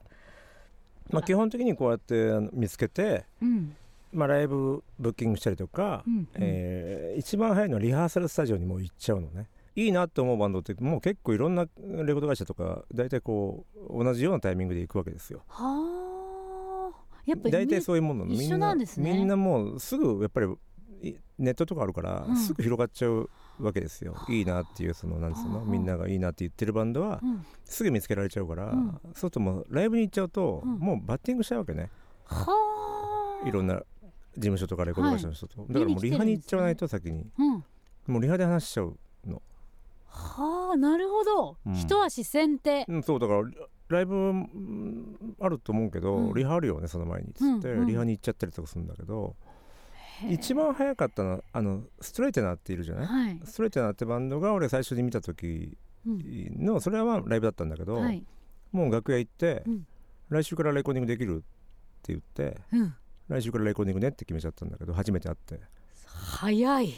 Speaker 2: まあ、基本的にこうやってあの見つけて、
Speaker 1: うん
Speaker 2: まあ、ライブブッキングしたりとか、
Speaker 1: うんうん
Speaker 2: えー一番早いのはリハーサルスタジオにもう行っちゃうのねいいなと思うバンドってもう結構いろんなレコード会社とか大体こう同じようなタイミングで行くわけですよ
Speaker 1: はあやっぱ
Speaker 2: 大体そういうもんなの
Speaker 1: 一緒
Speaker 2: みんな
Speaker 1: なんですね
Speaker 2: みんなもうすぐやっぱりいネットとかあるから、
Speaker 1: うん
Speaker 2: すぐ広がっちゃうわけですよいいなっていうそのなんつうの、
Speaker 1: うん
Speaker 2: みんながいいなって言ってるバンドは
Speaker 1: うん
Speaker 2: すぐ見つけられちゃうから、
Speaker 1: うん
Speaker 2: そうするともうライブに行っちゃうと、
Speaker 1: うん
Speaker 2: もうバッティングしちゃうわけね
Speaker 1: はあ
Speaker 2: いろんな事務所とかレコード会社の人と、だからもうリハに行っちゃわないと先に
Speaker 1: うん
Speaker 2: もうリハで話しちゃう、
Speaker 1: はあなるほど、
Speaker 2: うん
Speaker 1: 一足先手
Speaker 2: うん、そうだからライブうんあると思うけど、
Speaker 1: うん
Speaker 2: リハあるよねその前にっつって、
Speaker 1: うんうん
Speaker 2: リハに行っちゃったりとかするんだけど、一番早かったのはあのストレートナーっているじゃない、
Speaker 1: はい、
Speaker 2: ストレートナーってバンドが俺最初に見た時
Speaker 1: うん
Speaker 2: のそれはまあライブだったんだけど、
Speaker 1: はい
Speaker 2: もう楽屋行って、
Speaker 1: うん
Speaker 2: 来週からレコーディングできるって言って
Speaker 1: うん、
Speaker 2: 来週からレコーディングねって決めちゃったんだけど初めて会って
Speaker 1: 早い、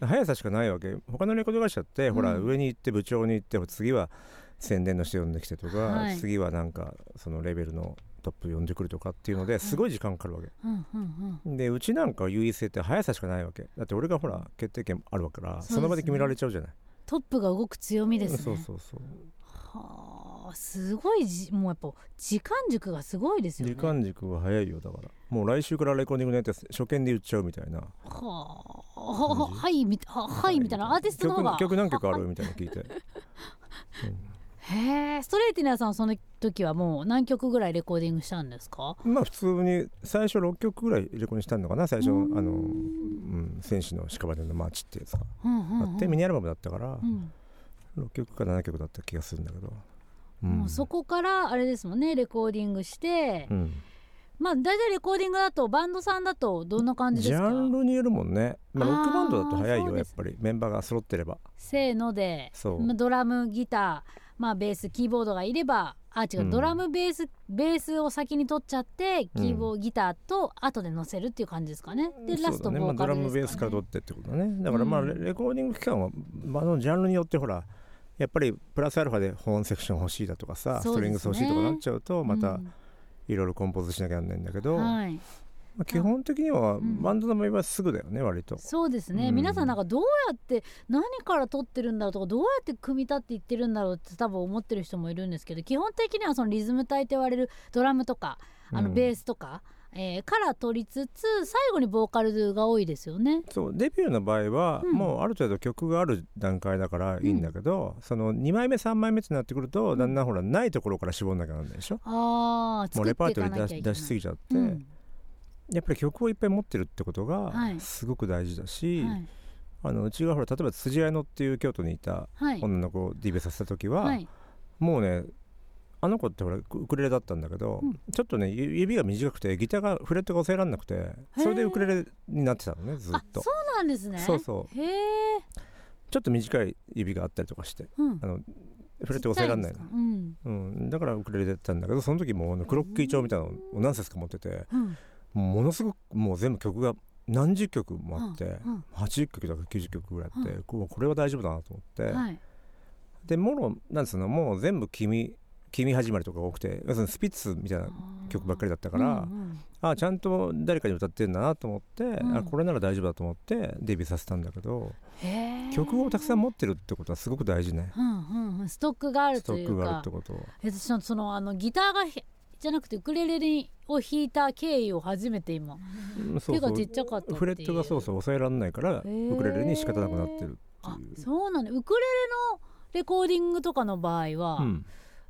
Speaker 2: 速さしかないわけ他のレコード会社って、ほら
Speaker 1: うん
Speaker 2: 上に行って部長に行って次は宣伝の人呼んできてとか、
Speaker 1: はい
Speaker 2: 次はなんかそのレベルのトップ呼んでくるとかっていうのですごい時間かかるわけ、
Speaker 1: うんうんうん、
Speaker 2: でうちなんか優位性って速さしかないわけだって俺がほら決定権あるわけから
Speaker 1: そうで
Speaker 2: そ,、
Speaker 1: すね
Speaker 2: の場で決められちゃうじゃない
Speaker 1: トップが動く強みですね
Speaker 2: そうそうそう
Speaker 1: はあすごいじもうやっぱ時間軸がすごいですよね
Speaker 2: 時間軸は早いよだからもう来週からレコーディングのやつ初見で言っちゃうみたいな
Speaker 1: はあ
Speaker 2: 感じ
Speaker 1: はいみははいみたいなアーティストの方が
Speaker 2: 曲曲何曲あるみたいなの聞いて、
Speaker 1: へえストレーティナーさんはその時はもう何曲ぐらいレコーディングしたんですか
Speaker 2: うんまあ普通に最初6曲ぐらいレコーディングしたのかな最初あ
Speaker 1: うん
Speaker 2: の、うん、戦士の屍のマーチってやつが
Speaker 1: うんうん、
Speaker 2: あ
Speaker 1: うん
Speaker 2: ってミニアルバムだったから
Speaker 1: うん
Speaker 2: 6曲か7曲だった気がするんだけど、うん
Speaker 1: もうそこからあれですもんねレコーディングして、
Speaker 2: うん
Speaker 1: まあ大体レコーディングだとバンドさんだとどんな感じ
Speaker 2: ジ
Speaker 1: です
Speaker 2: ャ
Speaker 1: か
Speaker 2: ンルによるもんね、まあ、
Speaker 1: あー
Speaker 2: ロックバンドだと早い
Speaker 1: そう
Speaker 2: よや
Speaker 1: で
Speaker 2: っ
Speaker 1: す
Speaker 2: ぱりメンバーが揃ってれば
Speaker 1: せーので
Speaker 2: そう
Speaker 1: まあドラムギター、まあ、ベースキーボードがいればあ違う、
Speaker 2: うん
Speaker 1: ドラムベースベースを先に取っちゃってキーボード、
Speaker 2: う
Speaker 1: ギターと後で乗せるっていう感じですかねでラス
Speaker 2: そ
Speaker 1: ト
Speaker 2: うだね
Speaker 1: ボーカ
Speaker 2: まあ、ドラ
Speaker 1: ル
Speaker 2: ムベ
Speaker 1: で
Speaker 2: ー
Speaker 1: す
Speaker 2: ス
Speaker 1: か
Speaker 2: から
Speaker 1: ね
Speaker 2: 取ってってことだねだからまあ
Speaker 1: うん
Speaker 2: レレコーディング期間は、まあ、あのジャンルによってほらやっぱりプラスアルファでホーンセクション欲しいだとかさ、
Speaker 1: そ
Speaker 2: ス
Speaker 1: う
Speaker 2: ト
Speaker 1: で
Speaker 2: リ
Speaker 1: す
Speaker 2: ン
Speaker 1: ね
Speaker 2: グス欲しいとかなっちゃうとまた
Speaker 1: うん
Speaker 2: いろいろコンポーズしなきゃなんないんだけど、ま
Speaker 1: はい
Speaker 2: あ、基本的には
Speaker 1: ん
Speaker 2: バンドの場合はすぐだよね割と。
Speaker 1: そうですね、
Speaker 2: うん
Speaker 1: 皆さんなんかどうやって何から取ってるんだろうとかどうやって組み立っていってるんだろうって多分思ってる人もいるんですけど基本的にはそのリズム体って言われるドラムとかあの
Speaker 2: うん
Speaker 1: ベースとか、えーから取りつつ最後にボーカルが多いですよね。
Speaker 2: そうデビューの場合は、
Speaker 1: うん
Speaker 2: もうある程度曲がある段階だからいいんだけど、その2枚目3枚目ってなってくると、だんだんほらないところから絞んなきゃなんないでしょ
Speaker 1: あー
Speaker 2: もう
Speaker 1: 作
Speaker 2: レパ
Speaker 1: っ
Speaker 2: ー
Speaker 1: てい
Speaker 2: ト
Speaker 1: か
Speaker 2: リー
Speaker 1: な
Speaker 2: 出
Speaker 1: きゃいけ
Speaker 2: し
Speaker 1: ない
Speaker 2: 出しすぎちゃって、
Speaker 1: うん
Speaker 2: やっぱり曲をいっぱい持ってるってことが
Speaker 1: はい
Speaker 2: すごく大事だし、
Speaker 1: はい
Speaker 2: あのうちがほら例えば辻彩乃っていう京都にいた
Speaker 1: はい
Speaker 2: 女の子をディベさせた時は、
Speaker 1: はい
Speaker 2: もうねあの子ってほらウクレレだったんだけど、
Speaker 1: うん
Speaker 2: ちょっとねゆ指が短くてギターがフレットが抑えられなくてそれでウクレレになってたのねずっ
Speaker 1: あ
Speaker 2: と
Speaker 1: そうなんですね
Speaker 2: そうそう
Speaker 1: へえ、
Speaker 2: ちょっと短い指があったりとかして
Speaker 1: うん
Speaker 2: あ、のフレットが抑えられない
Speaker 1: ちっちゃ
Speaker 2: の
Speaker 1: んですかうん
Speaker 2: うん、だからウクレレでやってたんだけどその時もうあのクロッキー帳みたいなのを何冊か持ってて
Speaker 1: うん
Speaker 2: ものすごくもう全部曲が何十曲もあって、
Speaker 1: うん
Speaker 2: 80曲だから90曲ぐらいあって、こうこれは大丈夫だなと思って、
Speaker 1: はい
Speaker 2: でもろなんつうのもう全部君「君始まり」とかが多くて要するにスピッツみたいな曲ばっかりだったから、
Speaker 1: うんうん
Speaker 2: あちゃんと誰かに歌ってんだなと思って、
Speaker 1: ん
Speaker 2: あこれなら大丈夫だと思ってデビューさせたんだけど、
Speaker 1: へえ
Speaker 2: 曲をたくさん持ってるってことはすごく大事ね、
Speaker 1: うんうんうん、ストックがある
Speaker 2: スト
Speaker 1: とい
Speaker 2: ック
Speaker 1: う
Speaker 2: がある
Speaker 1: か
Speaker 2: ってことは。
Speaker 1: え私のそのあのギターがひじゃなくてウクレレにを弾いた経緯を初めて今
Speaker 2: うんそ
Speaker 1: 手
Speaker 2: うそ
Speaker 1: が
Speaker 2: う
Speaker 1: ちっちゃかったっていう
Speaker 2: フレットがそうそう抑えられないから
Speaker 1: へー
Speaker 2: ウクレレに仕方なくなってる
Speaker 1: あ
Speaker 2: っていう。
Speaker 1: そうなんだウクレレのレコーディングとかの場合は、
Speaker 2: うん、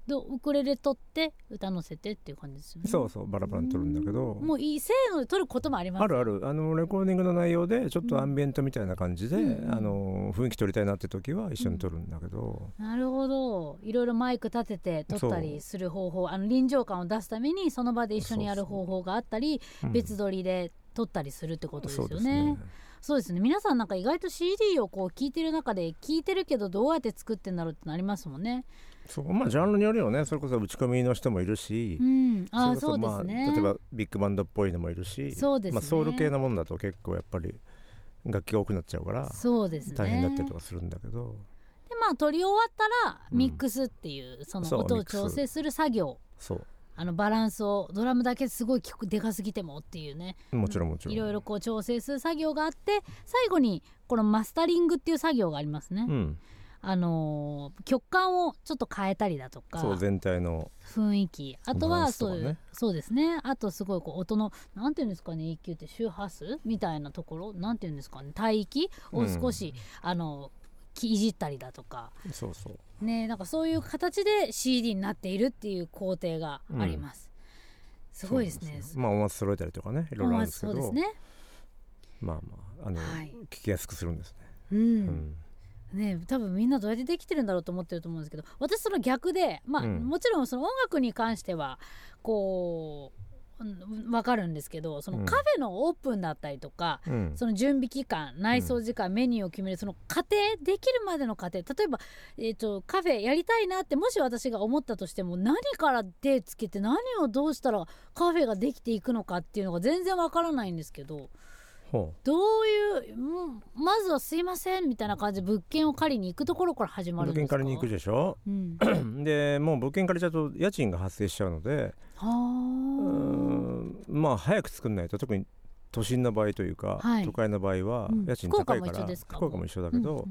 Speaker 1: どウクレレ取って歌乗せてっていう感じですよね
Speaker 2: そうそうバラバラに撮るんだけど
Speaker 1: もういいせーので取ることもあります
Speaker 2: あるあるあのレコーディングの内容でちょっとアンビエントみたいな感じで、
Speaker 1: うん
Speaker 2: あの雰囲気撮りたいなって時は一緒に撮るんだけど、
Speaker 1: なるほどいろいろマイク立てて撮ったりする方法あの臨場感を出すためにその場で一緒にやる方法があったり
Speaker 2: うん
Speaker 1: 別撮りで撮ったりするってことですよ
Speaker 2: そうです
Speaker 1: ね
Speaker 2: ね。
Speaker 1: そうですね皆さんなんか意外と CD をこう聞いてる中で聞いてるけどどうやって作ってんだろうってなりますもんね。
Speaker 2: そうまあジャンルによるよねそれこそ打ち込みの人もいるし、
Speaker 1: うん、あー
Speaker 2: れこ
Speaker 1: そうですね。
Speaker 2: まあ、例えばビッグバンドっぽいのもいるし
Speaker 1: そうですね
Speaker 2: まあ、ソウル系なもんだと結構やっぱり楽器が多くなっちゃうから
Speaker 1: そうですね。
Speaker 2: 大変だったりとかするんだけど
Speaker 1: でまあ撮り終わったら
Speaker 2: うん
Speaker 1: ミックスっていう、その
Speaker 2: そう
Speaker 1: 音
Speaker 2: ミ
Speaker 1: を
Speaker 2: ックス
Speaker 1: 調整する作業
Speaker 2: そう
Speaker 1: あのバランスをドラムだけすごい聞くでかすぎてもっていうね
Speaker 2: もちろんもちろん。
Speaker 1: いろいろこう調整する作業があって最後にこのマスタリングっていう作業がありますね。
Speaker 2: うん、
Speaker 1: あのー曲感をちょっと変えたりだとか
Speaker 2: そう全体の
Speaker 1: 雰囲気あと
Speaker 2: バラ
Speaker 1: は
Speaker 2: ンスと
Speaker 1: そ
Speaker 2: か
Speaker 1: う
Speaker 2: ね
Speaker 1: いう、そうですねあとすごいこう音のなんていうんですかね EQ って周波数みたいなところなんていうんですかね帯域を少し、あのきいじったりだとか
Speaker 2: そうそう
Speaker 1: ねなんかそういう形で CD になっているっていう工程があります、すごいですね
Speaker 2: そうなんよまあ音圧揃えたりとかねいろいろあるんですけ
Speaker 1: まあ
Speaker 2: ど
Speaker 1: そうですね
Speaker 2: まあまああの、
Speaker 1: はい
Speaker 2: 聞きやすくするんですね。
Speaker 1: うん、
Speaker 2: うん
Speaker 1: ね多分みんなどうやってできてるんだろうと思ってると思うんですけど私その逆でまあ、
Speaker 2: うん
Speaker 1: もちろんその音楽に関してはこううんわかるんですけどその
Speaker 2: うん
Speaker 1: カフェのオープンだったりとか、
Speaker 2: うん
Speaker 1: その準備期間内装時間、メニューを決めるその過程できるまでの過程例えば、えー、とカフェやりたいなってもし私が思ったとしても何から手つけて何をどうしたらカフェができていくのかっていうのが全然わからないんですけど
Speaker 2: ほ
Speaker 1: どういう、うんまずはすいませんみたいな感じで物件を借りに行くところから始
Speaker 2: う
Speaker 1: まる
Speaker 2: 物
Speaker 1: んで
Speaker 2: 件
Speaker 1: すか
Speaker 2: 借りに行くでしょ <coughs>
Speaker 1: うん、
Speaker 2: でもう物件借りちゃうと家賃が発生しちゃうのでう
Speaker 1: は
Speaker 2: んまあ早く作んないと特に都心の場合というか、
Speaker 1: はい
Speaker 2: 都会の場合は
Speaker 1: うん
Speaker 2: 家賃高いから、
Speaker 1: 福岡も一緒ですか
Speaker 2: 福岡も一緒だ
Speaker 1: あ
Speaker 2: けど、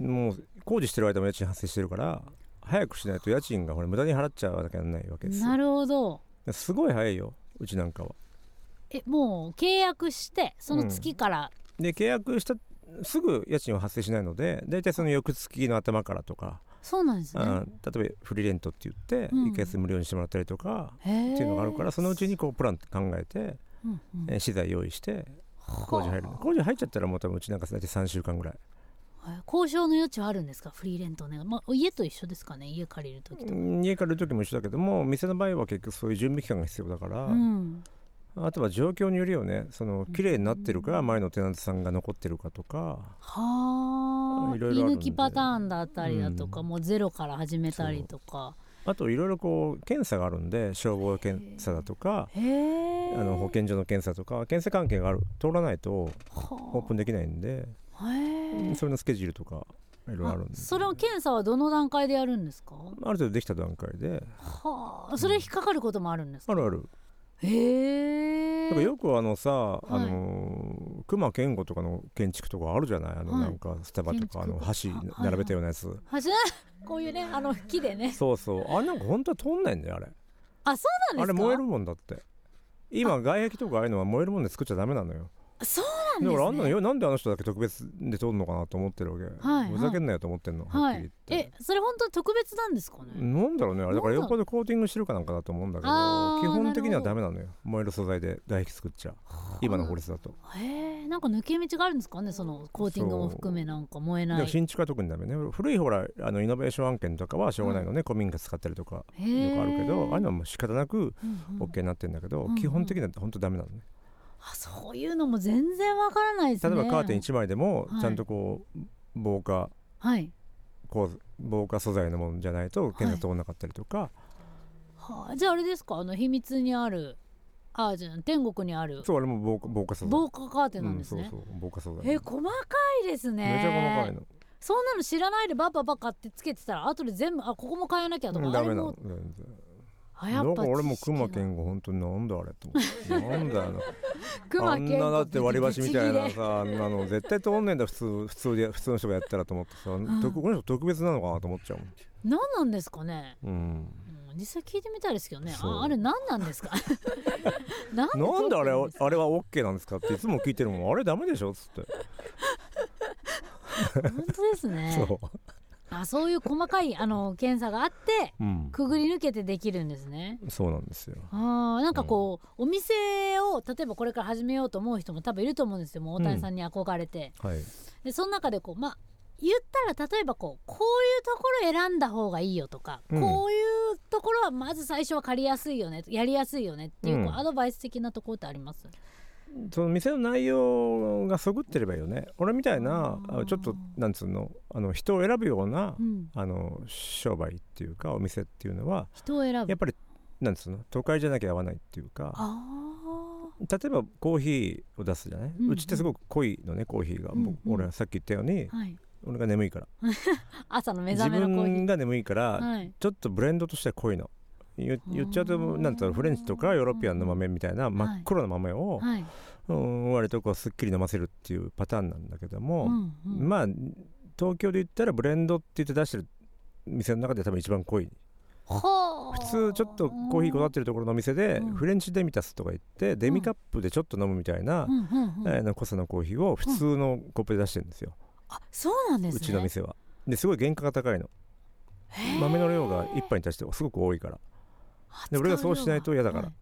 Speaker 2: もう工事してる間も家賃発生してるから早くしないと家賃がほら無駄に払っちゃうわけないわけですよ
Speaker 1: なるほど
Speaker 2: すごい早いようちなんかは。
Speaker 1: えもう契約してその月から、
Speaker 2: で契約したすぐ家賃は発生しないので大体その翌月の頭からとか、
Speaker 1: そうなんですね
Speaker 2: あー例えばフリーレントって言って
Speaker 1: うん
Speaker 2: 1ヶ月無料にしてもらったりとか、
Speaker 1: へー
Speaker 2: っていうのがあるからそのうちにこうプラン考えて、
Speaker 1: うんうん
Speaker 2: えー資材用意して工事入る
Speaker 1: はあ
Speaker 2: 工事入っちゃったらもう多分うちなんか大体3週間ぐらい
Speaker 1: え交渉の余地はあるんですかフリーレントね、まあ、家と一緒ですかね家借りる時と、
Speaker 2: うん家借りる時も一緒だけども店の場合は結局そういう準備期間が必要だから、
Speaker 1: うん、
Speaker 2: あとは状況によるよねその綺麗になってるか
Speaker 1: うん
Speaker 2: 前のテナントさんが残ってるかとか
Speaker 1: はあ
Speaker 2: いろいろある
Speaker 1: 居
Speaker 2: んで
Speaker 1: 抜きパターンだったりだとか、
Speaker 2: うん
Speaker 1: もうゼロから始めたりとか
Speaker 2: あといろいろこう検査があるんで消防検査だとか
Speaker 1: へえ
Speaker 2: あの保健所の検査とか検査関係がある通らないとオープンできないんで、
Speaker 1: へえ
Speaker 2: それのスケジュールとかいろいろあるんで
Speaker 1: あそれを検査はどの段階でやるんですか
Speaker 2: ある程度できた段階で
Speaker 1: はあそれ引っかかることもあるんですか
Speaker 2: あるある
Speaker 1: へえ
Speaker 2: だからよくあのさ、
Speaker 1: い
Speaker 2: あの熊健吾とかの建築とかあるじゃないあ
Speaker 1: は
Speaker 2: の
Speaker 1: い
Speaker 2: なんかスタバとか、
Speaker 1: 建築
Speaker 2: あの箸
Speaker 1: あはいはい
Speaker 2: 並べたようなやつ、
Speaker 1: はじめこういうねあの木でね
Speaker 2: そうそうあれなんか本当は通んないんだよあれ
Speaker 1: あそうな
Speaker 2: <laughs> あ
Speaker 1: んで
Speaker 2: れ
Speaker 1: すか
Speaker 2: 燃えるもんだって今外壁とかああいうのは燃えるもんで作っちゃダメなのよ
Speaker 1: そうなん
Speaker 2: だ
Speaker 1: です、ね、
Speaker 2: からあんなのよなんであの人だけ特別で通るのかなと思ってるわけ、
Speaker 1: はい
Speaker 2: ふざけんなよと思ってんの、は
Speaker 1: は
Speaker 2: っきり
Speaker 1: い
Speaker 2: 言って
Speaker 1: えそれ本当に特別なんですかね、
Speaker 2: なんだろうねあれだから
Speaker 1: なんだ
Speaker 2: 横でコーティングしてるかなんかだと思うんだけど
Speaker 1: あー
Speaker 2: 基本的に
Speaker 1: なるほど
Speaker 2: はダメなのよ燃える素材で外壁作っちゃう今の法律だと
Speaker 1: へえなんか抜け道があるんですかねそのコーティングも含めなんか燃え
Speaker 2: だ
Speaker 1: な
Speaker 2: から
Speaker 1: い
Speaker 2: 新築は特にダメね古いほらあのイノベーション案件とかはしょうがないのね、古民家使ったりとか
Speaker 1: へ
Speaker 2: よ
Speaker 1: え
Speaker 2: くあるけどああいうのはもう仕方なく
Speaker 1: うんうん
Speaker 2: OK になってんだけど、
Speaker 1: うんうん
Speaker 2: 基本的には本当ダメなのね、
Speaker 1: あそういうのも全然わからないです
Speaker 2: 例
Speaker 1: ね
Speaker 2: えばカーテン1枚でも
Speaker 1: はい
Speaker 2: ちゃんとこう、防火
Speaker 1: はい
Speaker 2: こう防火素材のものじゃないと検査通らなかったりとか、
Speaker 1: はあ、じゃああれですかあの秘密にあるあじゃあ天国にある
Speaker 2: そうあれも防火防火素材
Speaker 1: 防火カーテンなんですね、
Speaker 2: うん、そうそう防火素材
Speaker 1: え細かいですね
Speaker 2: めちゃ細かいの、
Speaker 1: そんなの知らないでバッババカってつけてたら後で全部あここも変えなきゃとか、
Speaker 2: うん
Speaker 1: あ
Speaker 2: ダ
Speaker 1: れ
Speaker 2: メなの
Speaker 1: も
Speaker 2: 全然
Speaker 1: あや
Speaker 2: な
Speaker 1: っ
Speaker 2: んか
Speaker 1: ぱ
Speaker 2: 俺も
Speaker 1: 知識
Speaker 2: 熊
Speaker 1: が
Speaker 2: 健吾本当になんだあれと思ってなんだよなあ
Speaker 1: 熊
Speaker 2: ん
Speaker 1: 健
Speaker 2: なだって割り箸みたい
Speaker 1: ブ
Speaker 2: な
Speaker 1: チ
Speaker 2: さあんなの絶対通んねえんだ普通 <laughs> 普通で普通の人がやったらと思ってさ、
Speaker 1: ん
Speaker 2: 特この人特別なのかなと思っちゃう
Speaker 1: 何なんですかね
Speaker 2: もん、
Speaker 1: うんも実際聞いてみたいですけどね
Speaker 2: そう
Speaker 1: ああれ何なんですか <laughs> なんで
Speaker 2: なんであれ
Speaker 1: 撮ってるんですか
Speaker 2: あれは OK なんですかっていつも聞いてるもんあれダメでしょっつって、
Speaker 1: 本当ですね
Speaker 2: <laughs> そ
Speaker 1: あそういう細かいあの検査があって
Speaker 2: う、うん、
Speaker 1: くぐり抜けてできるんですね
Speaker 2: そうなんですよ
Speaker 1: あーなんかこう、お店を例えばこれから始めようと思う人も多分いると思うんですよもう大谷さんに憧れて、
Speaker 2: はい
Speaker 1: でその中でこうまあ言ったら例えばこうこういうところ選んだ方がいいよとか、
Speaker 2: うん
Speaker 1: こういうところはまず最初は借りやすいよねやりやすいよねっていう,、
Speaker 2: うん
Speaker 1: こうアドバイス的なところってあります
Speaker 2: その店の内容がそぐってればいいよね俺みたいな
Speaker 1: あー
Speaker 2: あちょっとなんつうのあの人を選ぶような、
Speaker 1: うん、
Speaker 2: あの商売っていうかお店っていうのは
Speaker 1: 人を選ぶ
Speaker 2: やっぱりなんつうの都会じゃなきゃ合わないっていうか
Speaker 1: あ
Speaker 2: 例えばコーヒーを出すじゃない、
Speaker 1: う
Speaker 2: うんちってすごく濃いのねコーヒーが、
Speaker 1: うん
Speaker 2: 僕
Speaker 1: うん
Speaker 2: 俺はさっき言ったよう
Speaker 1: ー、
Speaker 2: に
Speaker 1: はい、
Speaker 2: 俺が眠いから
Speaker 1: 朝の目
Speaker 2: 自
Speaker 1: 覚めのコーヒー
Speaker 2: 分が眠いから、
Speaker 1: はい、
Speaker 2: ちょっとブレンドとしては濃いの言言っちゃうと
Speaker 1: あー
Speaker 2: なんつうのフレンチとかヨーロピアンの豆みたいな真っ黒な豆を、
Speaker 1: はい
Speaker 2: うん割とこうすっきり飲ませるっていうパターンなんだけど
Speaker 1: うん
Speaker 2: も、
Speaker 1: うん
Speaker 2: まあ東京で言ったらブレンドって言って出してる店の中で多分一番濃い
Speaker 1: ほ
Speaker 2: 普通ちょっとコーヒーこだわってるところのお店で、
Speaker 1: うん
Speaker 2: フレンチデミタスとか言ってデミカップでちょっと飲むみたいな、
Speaker 1: うんうんうん
Speaker 2: えー、濃さのコーヒーを普通のコップで出してるんですよ、
Speaker 1: あそうなんです
Speaker 2: う
Speaker 1: ね
Speaker 2: ちの店は。ですごい原価が高いの
Speaker 1: へー
Speaker 2: 豆の量が一杯に対してすごく多いからで俺がそうしないと嫌だから、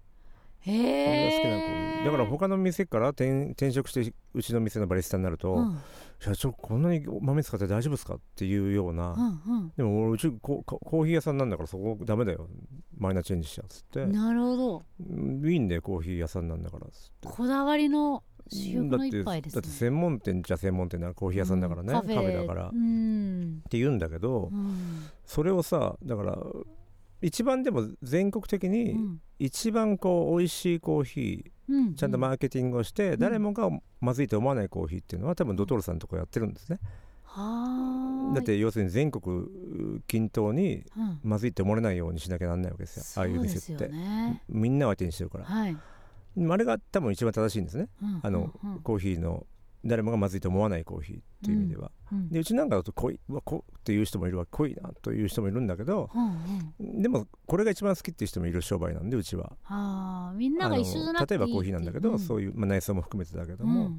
Speaker 1: へえ
Speaker 2: 俺が好きなコーヒーだから他の店から転転職してうちの店のバリスタになると、
Speaker 1: うん
Speaker 2: 社長こんなに豆使って大丈夫ですかっていうような、
Speaker 1: うん
Speaker 2: でも俺うちコココーヒー屋さんなんだからそこダメだよマイナーチェンジしちゃうっつって
Speaker 1: うん、なるほど
Speaker 2: うんいいんだよコーヒー屋さんなんだからっつって
Speaker 1: こだわりの主役の
Speaker 2: だって
Speaker 1: 一杯です
Speaker 2: だ
Speaker 1: ね
Speaker 2: って専門店じゃ専門店ならコーヒー屋さんだからね、
Speaker 1: う
Speaker 2: カフェだからっ
Speaker 1: うん、
Speaker 2: て言うんだけど、
Speaker 1: うん
Speaker 2: それをさだから一番でも全国的
Speaker 1: う
Speaker 2: に
Speaker 1: ん
Speaker 2: 一番こう美味しいコーヒー
Speaker 1: うん
Speaker 2: ちゃんとマーケティングをして、
Speaker 1: ん
Speaker 2: 誰もがまずいと思わないコーヒーっていうのは多分ドトールさんのとこやってるんですね、
Speaker 1: はーい
Speaker 2: だって要するに全国均等に
Speaker 1: うん
Speaker 2: まずいって思われないようにしなきゃなんないわけですよああいう
Speaker 1: そうで
Speaker 2: 店
Speaker 1: す
Speaker 2: っ
Speaker 1: よ
Speaker 2: て、
Speaker 1: ね
Speaker 2: みんなを相手にしてるから、
Speaker 1: はい、
Speaker 2: でもあれが多分一番正しいんですね
Speaker 1: うん
Speaker 2: あの、
Speaker 1: うんうん
Speaker 2: コーヒーの誰もがまずいと思わないコーヒーっていう意味では、
Speaker 1: うん
Speaker 2: でうちなんかだと濃いうわ濃っていう人もいるわ濃いなという人もいるんだけど
Speaker 1: うんうん
Speaker 2: でもこれが一番好きっていう人もいる商売なんでうちは
Speaker 1: あーみんなが一緒じゃな
Speaker 2: あの
Speaker 1: くていい
Speaker 2: 例え
Speaker 1: って
Speaker 2: ば
Speaker 1: い
Speaker 2: コーヒーなんだけど、
Speaker 1: う
Speaker 2: そういう、まあ、内装も含めてだけど
Speaker 1: ん
Speaker 2: も、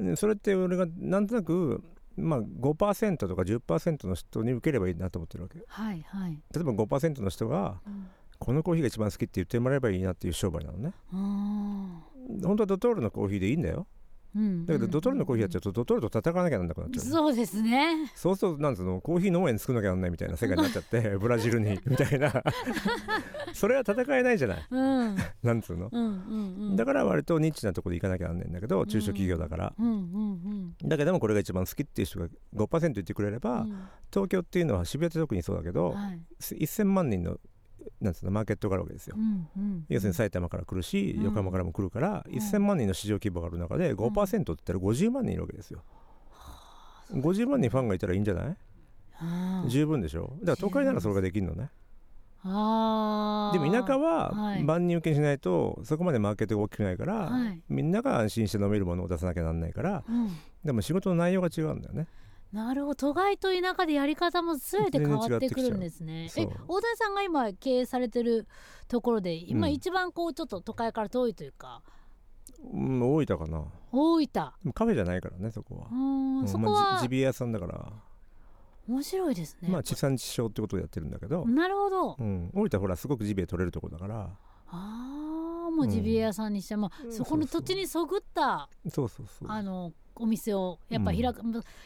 Speaker 2: でそれって俺がなんとなく、まあ、5%とか10%の人に受ければいいなと思ってるわけ
Speaker 1: はいはい、
Speaker 2: 例えば5%の人が
Speaker 1: うん
Speaker 2: このコーヒーが一番好きって言ってもらえばいいなっていう商売なのね
Speaker 1: うん
Speaker 2: 本当はドトールのコーヒーでいいんだよ
Speaker 1: うん
Speaker 2: だけどドトールのコーヒーやっちゃうとドトールと戦わなきゃなんなくなっちゃうの
Speaker 1: そうですね
Speaker 2: そうするとなんつうのコーヒー農園作んなきゃなんないみたいな世界になっちゃってブラジルにみた
Speaker 1: <laughs>
Speaker 2: いなそれは戦えないじゃない
Speaker 1: うん
Speaker 2: なんつうの
Speaker 1: うんうんうん
Speaker 2: だから割とニッチなとこで行かなきゃなんないんだけど中小企業だから、
Speaker 1: うんうん
Speaker 2: だけどもこれが一番好きっていう人が5%言ってくれれ
Speaker 1: う
Speaker 2: ば、
Speaker 1: ん
Speaker 2: 東京っていうのは渋谷って特にそうだけ
Speaker 1: う
Speaker 2: ど
Speaker 1: ん、はい
Speaker 2: 1000万人のなんつうのマーケットがあるわけですよ、
Speaker 1: うんうん
Speaker 2: 要するに埼玉から来るし、
Speaker 1: うん
Speaker 2: 横浜からも来るから、
Speaker 1: ん
Speaker 2: 1000万人の市場規模がある中で5%って言ったら50万人いるわけですよ、50万人ファンがいたらいいんじゃない、
Speaker 1: あー
Speaker 2: 十分でしょだから都会ならそれができるのね
Speaker 1: あー
Speaker 2: でも田舎
Speaker 1: は
Speaker 2: はい万人受けにしないとそこまでマーケットが大きくないから、
Speaker 1: はい
Speaker 2: みんなが安心して飲めるものを出さなきゃなんないから
Speaker 1: うん
Speaker 2: でも仕事の内容が違うんだよね
Speaker 1: なるほど都会と田舎でやり方も全て変わってくるんですねえ
Speaker 2: 全然違ってきちゃう
Speaker 1: 大谷さんが今経営されてるところで今
Speaker 2: うん
Speaker 1: 一番こうちょっと都会から遠いというか、
Speaker 2: うん大分かな
Speaker 1: 大分
Speaker 2: でもカフェじゃないからねそこは
Speaker 1: う、ー
Speaker 2: うんん
Speaker 1: そこ
Speaker 2: まあ、
Speaker 1: は
Speaker 2: ジジビエ屋さんだから
Speaker 1: 面白いですね、
Speaker 2: まあ地産地消ってことをやってるんだけど、
Speaker 1: なるほど
Speaker 2: うん、降りたほらすごくジビエ取れるとこだから
Speaker 1: ああもうジビエ屋さんにして、まあ、
Speaker 2: うん
Speaker 1: そこの土地にそぐった
Speaker 2: そうそうそう
Speaker 1: あのお店をやっぱ
Speaker 2: うん
Speaker 1: 開く、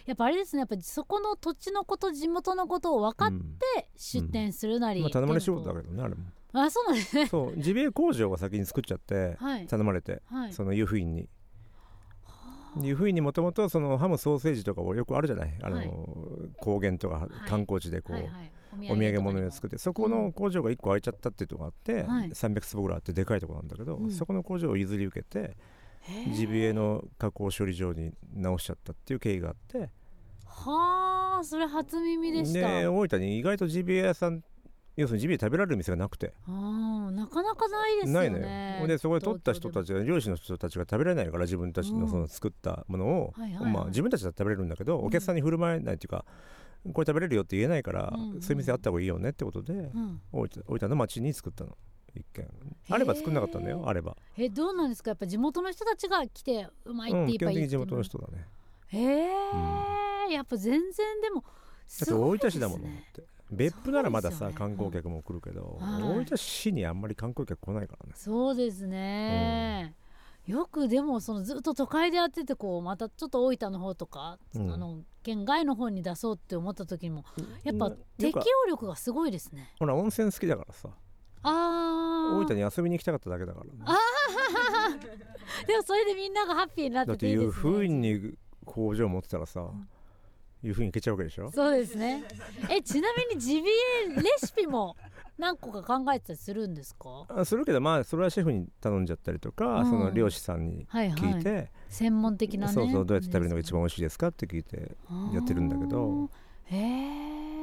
Speaker 1: やっぱあれですねやっぱそこの土地のこと地元のことを分かっ
Speaker 2: うん
Speaker 1: て出店するなり、
Speaker 2: まあ、頼まれ仕事だ
Speaker 1: け
Speaker 2: けどねあれも
Speaker 1: あそうなんですね
Speaker 2: そうジビエ工場が先に作っちゃって
Speaker 1: はい
Speaker 2: 頼まれて、
Speaker 1: はい
Speaker 2: その湯布院に湯布院にもともとそのハムソーセージとかをよくあるじゃないあの、
Speaker 1: はい
Speaker 2: 高原とか観光地でこう、
Speaker 1: はいはい
Speaker 2: お土産物を
Speaker 1: を
Speaker 2: 作ってそこの工場が1個開いちゃったっていうとこがあって、
Speaker 1: はい
Speaker 2: 300坪ぐらいあってでかいとこなんだけど、
Speaker 1: うん
Speaker 2: そこの工場を譲り受けてジビエの加工処理場に直しちゃったっていう経緯があって
Speaker 1: はあそれ初耳でした、
Speaker 2: で
Speaker 1: あ
Speaker 2: 大分に意外とジビエ屋さん要するにジビエ食べられる店がなくて、
Speaker 1: あなかなかないですよね
Speaker 2: ないのよでそこで取った人た
Speaker 1: ち
Speaker 2: ちが漁師の人たちが食べられないから自分たち
Speaker 1: う
Speaker 2: の
Speaker 1: ん
Speaker 2: その作ったものを、
Speaker 1: はいはいはい
Speaker 2: まあ、自分たちでは食べれるんだけど
Speaker 1: うん
Speaker 2: お客さんに振る舞えないっていうか、これ食べれるよって言えないから、
Speaker 1: うんうん
Speaker 2: そういう店あった方がいいよねってことで
Speaker 1: うん、
Speaker 2: 大分大分の町に作ったの一軒あれば作んなかったんだよあれば、
Speaker 1: えどうなんですかやっぱ地元の人たちが来てうまいっ
Speaker 2: うん
Speaker 1: ていっ
Speaker 2: 基
Speaker 1: ぱ
Speaker 2: 本
Speaker 1: い言っ
Speaker 2: 的に地
Speaker 1: てる
Speaker 2: 元の人だね
Speaker 1: へえ、やっぱ全然でも
Speaker 2: だって
Speaker 1: す
Speaker 2: 大
Speaker 1: ごいで
Speaker 2: 分
Speaker 1: すね
Speaker 2: 市だものって別府ならまだ
Speaker 1: そう
Speaker 2: さ、
Speaker 1: ですよね
Speaker 2: 観光客も来るけど、
Speaker 1: はい
Speaker 2: 大分市にあんまり観光客来ないからね
Speaker 1: そうですね、よくでもそのずっと都会でやっててこうまたちょっと大分の方とか、
Speaker 2: うん
Speaker 1: あの県外の方に出そうって思った時にもやっぱ
Speaker 2: うんよ
Speaker 1: 適
Speaker 2: く
Speaker 1: 応力がすごいですね
Speaker 2: ほら温泉好きだからさ
Speaker 1: あー
Speaker 2: 大分に遊びに行きたかっただけだからね、
Speaker 1: でもそれでみんながハッピーになっ
Speaker 2: だってて
Speaker 1: てい
Speaker 2: い
Speaker 1: いですね
Speaker 2: うふうに工場持ってたらさ、いうふうにいけちゃうわけでしょ
Speaker 1: そうですねえちなみにジビエレシピも何個か考えてたりするんですか
Speaker 2: あするけどまあそれはシェフに頼んじゃったりとか、
Speaker 1: うん
Speaker 2: その漁師さんに
Speaker 1: はい
Speaker 2: 聞
Speaker 1: はいい
Speaker 2: て、
Speaker 1: 専門的なね
Speaker 2: そうそうどうやって食べるのが一番美味しいですかって聞いてやってるんだけど
Speaker 1: あーへ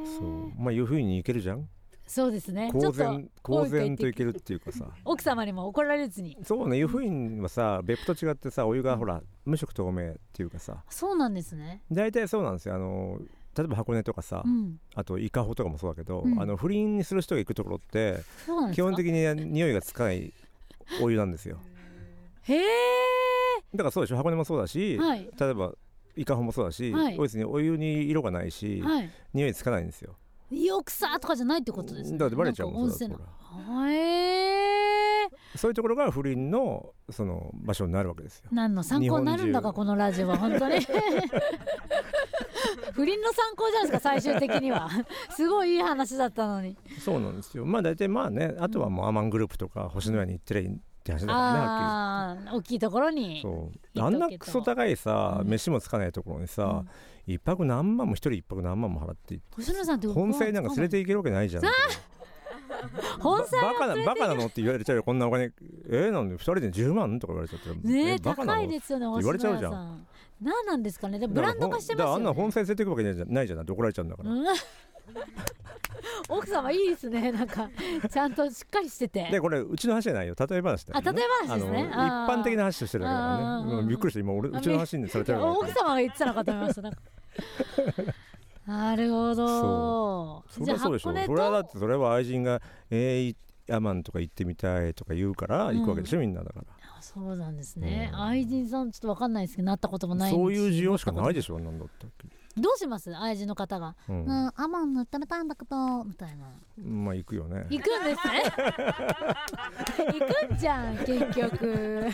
Speaker 1: え
Speaker 2: そうまあいうふうにいけるじゃん
Speaker 1: そうですねちょ
Speaker 2: 公
Speaker 1: っと
Speaker 2: 然公然といけるっていうかさ
Speaker 1: 奥様にも怒られずに
Speaker 2: そうね湯布院はさ別府と違ってさお湯がほら無色透明っていうかさ
Speaker 1: そうなんですね
Speaker 2: 大体そうなんですよあの例えば箱根とかさ、
Speaker 1: うん
Speaker 2: あと伊香保とかもそうだけど、
Speaker 1: うん
Speaker 2: あの不倫にする人が行くところって
Speaker 1: そうなんですか
Speaker 2: 基本的に匂いがつかないお湯なんですよ
Speaker 1: へえ
Speaker 2: だからそうでしょ箱根もそうだし、
Speaker 1: はい
Speaker 2: 例えば伊香保もそうだし、
Speaker 1: はい
Speaker 2: 別にお湯に色がないし、
Speaker 1: はい
Speaker 2: 匂いつかないんですよ
Speaker 1: よくさとかじゃないってことですね
Speaker 2: だってバレちゃうもん
Speaker 1: なんか温
Speaker 2: それ
Speaker 1: 泉
Speaker 2: だ
Speaker 1: の
Speaker 2: と
Speaker 1: へえ
Speaker 2: そういうところが不倫のその場所になるわけですよ
Speaker 1: 何の参考になるんだか
Speaker 2: 日本中
Speaker 1: このラジオは本当に不倫の参考じゃないですか最終的にはすごいいい話だったのに
Speaker 2: そうなんですよまあ大体まあねあとはもうアマングループとか星のやに行ってりゃいいって話だからねはっ
Speaker 1: ああー大きいところ
Speaker 2: きり
Speaker 1: に
Speaker 2: そう
Speaker 1: いと
Speaker 2: あんな
Speaker 1: けど
Speaker 2: クソ高いさ、
Speaker 1: うん
Speaker 2: 飯もつかないところにさ、一泊何万も一人一泊何万も払って行って
Speaker 1: 星野さんって
Speaker 2: 本妻なんか連れて行けるわけないじゃん
Speaker 1: 本妻
Speaker 2: バカなバカなのって言われちゃうよこんなお金えー、なんで2人で10万とか言われちゃったら
Speaker 1: ねえ
Speaker 2: バカな
Speaker 1: 高
Speaker 2: の
Speaker 1: いですよね
Speaker 2: って言われちゃうじゃ
Speaker 1: 星野屋
Speaker 2: ん
Speaker 1: さん何なんですかねでもブランド化してます
Speaker 2: だから
Speaker 1: よ
Speaker 2: あん
Speaker 1: ね
Speaker 2: な本妻連れて行くわけないじゃんないじゃんだって怒られちゃうんだから、
Speaker 1: うん奥様いいですねなんかちゃんとしっかりしてて
Speaker 2: でこれうちの話じゃないよ例え話だよ、ね、
Speaker 1: あ例え話ですね
Speaker 2: あの
Speaker 1: あー
Speaker 2: 一般的な話としてるだけだから
Speaker 1: うんうん
Speaker 2: ね
Speaker 1: うん
Speaker 2: うんびっくりした今俺うちの話にされ
Speaker 1: い
Speaker 2: てる
Speaker 1: や
Speaker 2: から
Speaker 1: 奥様が言ってたのかと思いましたなんかなるほど
Speaker 2: そりゃそうでしょ
Speaker 1: じゃあ
Speaker 2: それはだってそれは愛人が「えー、いアマンとか行ってみたい」とか言うから行くわけでしょ、みんなだか
Speaker 1: あそうなんですね、
Speaker 2: うん
Speaker 1: 愛人さんちょっとわかんないですけどなったこともな
Speaker 2: ら
Speaker 1: い
Speaker 2: そういう需要しかないで
Speaker 1: ょ
Speaker 2: しょなんだったっけ、
Speaker 1: どうします愛人の方が、
Speaker 2: う
Speaker 1: うんん、アマンの食べたいんだけどみたいな
Speaker 2: まあ行くよね
Speaker 1: 行くん
Speaker 2: <laughs>
Speaker 1: ですね行くんじゃん結局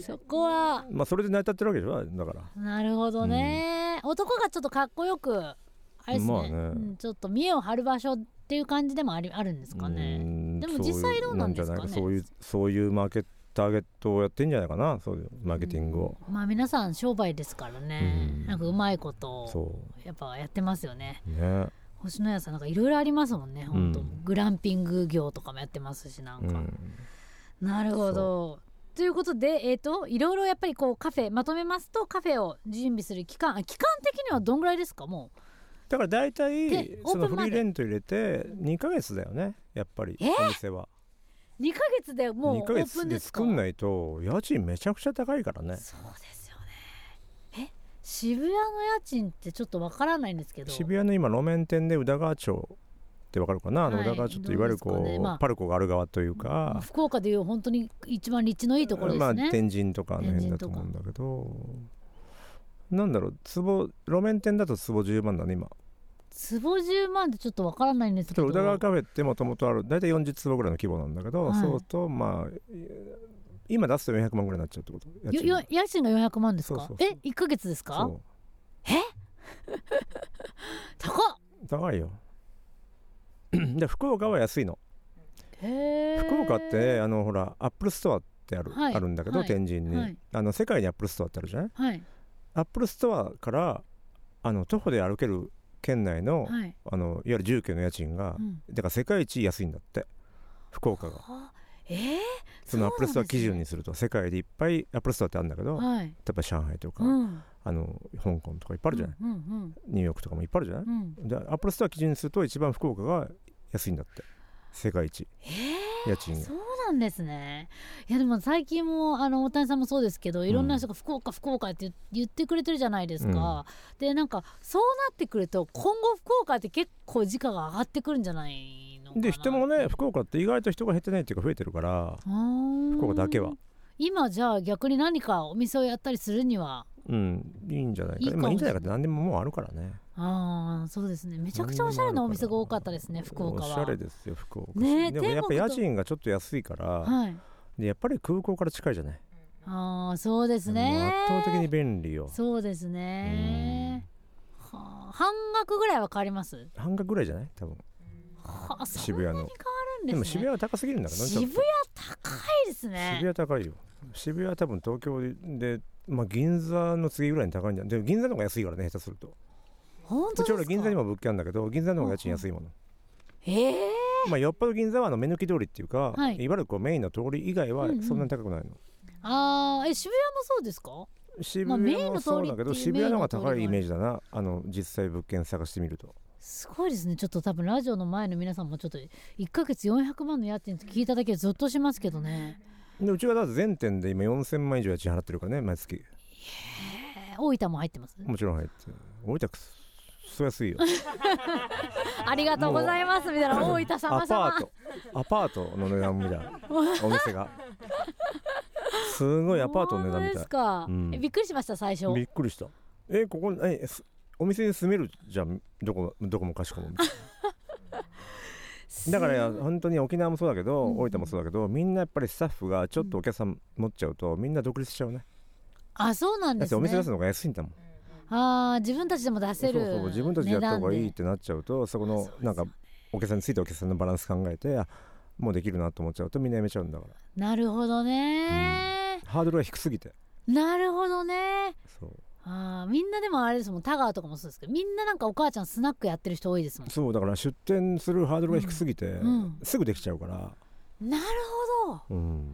Speaker 1: そこは
Speaker 2: まあそれで成り立ってるわけでしょだから
Speaker 1: なるほどね、男がちょっとかっこよくあれですね,、
Speaker 2: まあね
Speaker 1: うん、ちょっと見栄を張る場所っていう感じでもありあるんですか
Speaker 2: うー
Speaker 1: ね
Speaker 2: ん
Speaker 1: でも実際どうなんですかね
Speaker 2: そういうなんじゃないそういうそういうマーケットターゲットをやってんじゃないかなそういうマーケティングを、
Speaker 1: まあ皆さん商売ですからね、
Speaker 2: うん
Speaker 1: なんかうまいことを
Speaker 2: そ
Speaker 1: やっぱやってますよね
Speaker 2: うね
Speaker 1: 星野屋さんなんかいろいろありますもんね本当、
Speaker 2: うん
Speaker 1: グランピング業とかもやってますしなん
Speaker 2: う
Speaker 1: か、
Speaker 2: ん
Speaker 1: なるほど。ということで、えー、といろいろやっぱりこうカフェまとめますとカフェを準備する期間あ期間的にはどんぐらいですかも
Speaker 2: だから大体
Speaker 1: で
Speaker 2: そ
Speaker 1: オー
Speaker 2: の
Speaker 1: プン
Speaker 2: フ
Speaker 1: まで
Speaker 2: リーレント入れて2ヶ月だよねやっぱり
Speaker 1: え
Speaker 2: お店は
Speaker 1: う2ヶ月でもうオ
Speaker 2: 2ヶ
Speaker 1: ープ
Speaker 2: 月
Speaker 1: ン
Speaker 2: で
Speaker 1: ですか
Speaker 2: 作んないと家賃めちゃくちゃ高いからね
Speaker 1: そうですよねえ渋谷の家賃ってちょっとわからないんですけど
Speaker 2: 渋谷の今路面店で宇田川町ってわかるかな、あの
Speaker 1: はい
Speaker 2: 宇田川町っていわゆるこ
Speaker 1: ど
Speaker 2: う
Speaker 1: うですかねまあ
Speaker 2: パルコがある側という
Speaker 1: まあ
Speaker 2: か、
Speaker 1: 福岡でいう本当に一番立地のいいところで
Speaker 2: ますあ
Speaker 1: ね、
Speaker 2: 天神とかあの辺だと思うんだけどなんだろう壺路面店だと壺10万だね今
Speaker 1: 坪10万ってちょっとわからないんですけ
Speaker 2: 例え
Speaker 1: ど
Speaker 2: ば宇田川カフェってもともとある大体40坪ぐらいの規模なんだけど、
Speaker 1: はい
Speaker 2: そうとまあ今出すと400万ぐらいになっちゃうってこと
Speaker 1: よよ家賃が400万ですか
Speaker 2: そうそうそ
Speaker 1: え
Speaker 2: う
Speaker 1: 1ヶ月ですか
Speaker 2: そ
Speaker 1: 高っ
Speaker 2: う高いよ <clears throat> で福岡は安いの
Speaker 1: へー
Speaker 2: 福岡ってあのほらアップルストアってある,、
Speaker 1: はい
Speaker 2: あるんだけど、
Speaker 1: はい
Speaker 2: 天神に、
Speaker 1: はい
Speaker 2: あの世界にアップルストアってあるじゃない
Speaker 1: はい
Speaker 2: アップルストアからあの徒歩で歩ける県内の,、
Speaker 1: はい、
Speaker 2: あのいわゆる住居の家賃が、
Speaker 1: うん
Speaker 2: だから世界一安いんだって福岡が
Speaker 1: あえー、
Speaker 2: そのアップルストア基準に
Speaker 1: そ
Speaker 2: すると世界でいっぱいアップルストアってあるんだけど、
Speaker 1: うなんですね
Speaker 2: 例えば上海とか、
Speaker 1: はい、うん、
Speaker 2: あの香港とかいっぱいあるじゃない、
Speaker 1: うんうん
Speaker 2: ニューヨークとかもいっぱいあるじゃない
Speaker 1: うん、うん
Speaker 2: でアップルストア基準にすると一番福岡が安いんだって世界一
Speaker 1: えー
Speaker 2: 家賃が
Speaker 1: そうなんですねいやでも最近もあの大谷さんもそうですけどいろんな人が福岡、福岡って言言ってくれてるじゃないですか、でなんかそうなってくると今後福岡って結構時価が上がってくるんじゃないのかな
Speaker 2: で人もね福岡って意外と人が減ってないっていうか増えてるから
Speaker 1: 福
Speaker 2: 福岡だけは
Speaker 1: 今じゃあ逆に何かお店をやったりするには
Speaker 2: うんいいんじゃない
Speaker 1: いい
Speaker 2: か
Speaker 1: かも
Speaker 2: まあいいんじゃないかって何でももうあるからね
Speaker 1: ああそうですねめちゃくちゃおしゃれなお店が多かったですね福岡は
Speaker 2: おしゃれですよ福岡
Speaker 1: ねえ
Speaker 2: でもやっぱ
Speaker 1: 天
Speaker 2: 家
Speaker 1: 国と
Speaker 2: 賃がちょっと安いから
Speaker 1: はい
Speaker 2: でやっぱり空港から近いじゃない
Speaker 1: ああそうです
Speaker 2: もう
Speaker 1: ね
Speaker 2: 圧倒的に便利よ
Speaker 1: そうですねはあ半額ぐらいは変わります
Speaker 2: 半額ぐらいじゃない多分
Speaker 1: はあそん
Speaker 2: 渋
Speaker 1: なに変わ
Speaker 2: 谷の
Speaker 1: るんで
Speaker 2: で
Speaker 1: す
Speaker 2: も
Speaker 1: ね
Speaker 2: 渋谷は高すぎるんだからなちょっ
Speaker 1: 渋
Speaker 2: と
Speaker 1: 谷高いです
Speaker 2: 渋
Speaker 1: ね
Speaker 2: 谷高いよ渋谷は多分東京でまあ銀座の次ぐらいに高いんじゃないでも銀座の方が安いからね下手すると
Speaker 1: 本当
Speaker 2: う
Speaker 1: で
Speaker 2: ち
Speaker 1: すか
Speaker 2: 俺銀座にも物件あるんだけど銀座の方が家賃安いもの
Speaker 1: ええ
Speaker 2: まあよっぽど銀座はあの目抜き通りっていうか、
Speaker 1: はい
Speaker 2: い、わゆるこうメインの通り以外は
Speaker 1: うんうん
Speaker 2: そんなに高くないの、
Speaker 1: ああえ渋谷もそうですか
Speaker 2: 渋
Speaker 1: まあメイ
Speaker 2: 谷
Speaker 1: ンの
Speaker 2: も
Speaker 1: 通り
Speaker 2: そうだけど、
Speaker 1: っていう
Speaker 2: 渋谷の方が高
Speaker 1: メ
Speaker 2: い
Speaker 1: インの通りがある
Speaker 2: イメージだなあの実際物件探してみると
Speaker 1: すごいですねちょっと多分ラジオの前の皆さんもちょっと1ヶ月400万の家賃って聞いただけでゾッとしますけどね
Speaker 2: でうちはだって全店で今4000万以上家賃払ってるからね毎月
Speaker 1: えー大分も入ってます
Speaker 2: もちろん入って大分くそ安いよ
Speaker 1: ありがとうございますみたいな大分 <laughs>
Speaker 2: ア
Speaker 1: 様
Speaker 2: パ
Speaker 1: 様
Speaker 2: ートアパートの値段みたい
Speaker 1: <laughs>
Speaker 2: なお店がすごいアパートの値段み
Speaker 1: 本当で
Speaker 2: た
Speaker 1: す
Speaker 2: い
Speaker 1: か、
Speaker 2: うん
Speaker 1: えびっくりしました最初
Speaker 2: びっくりしたえここえすお店に住めるじゃんどこどこもかしこもみたいなだからいや本当に沖縄もそうだけど、
Speaker 1: うん
Speaker 2: 大分もそうだけどみんなやっぱりスタッフがちょっとお客さん持っちゃうとみんな独立しちゃうね
Speaker 1: あそうなんで
Speaker 2: だって
Speaker 1: す
Speaker 2: お
Speaker 1: ね
Speaker 2: 店出すのが安いんだもん
Speaker 1: あー自分たちでも出
Speaker 2: そ
Speaker 1: せ
Speaker 2: う
Speaker 1: る値段で
Speaker 2: そう自分たちでやった方がいいってなっちゃうとそこ
Speaker 1: あそう
Speaker 2: の
Speaker 1: ですよね
Speaker 2: なんかお客さんについてお客さんのバランス考えてあもうできるなと思っちゃうとみんなやめちゃうんだから
Speaker 1: なるほどね、
Speaker 2: ハードルが低すぎて
Speaker 1: なるほどね
Speaker 2: そう
Speaker 1: あーみんなでもあれですもん田川とかもそうですけどみんななんかお母ちゃんスナックやってる人多いですも
Speaker 2: そうだから出店するハードルが低すぎて、
Speaker 1: ん
Speaker 2: すぐできちゃうから、
Speaker 1: んなるほど
Speaker 2: うん、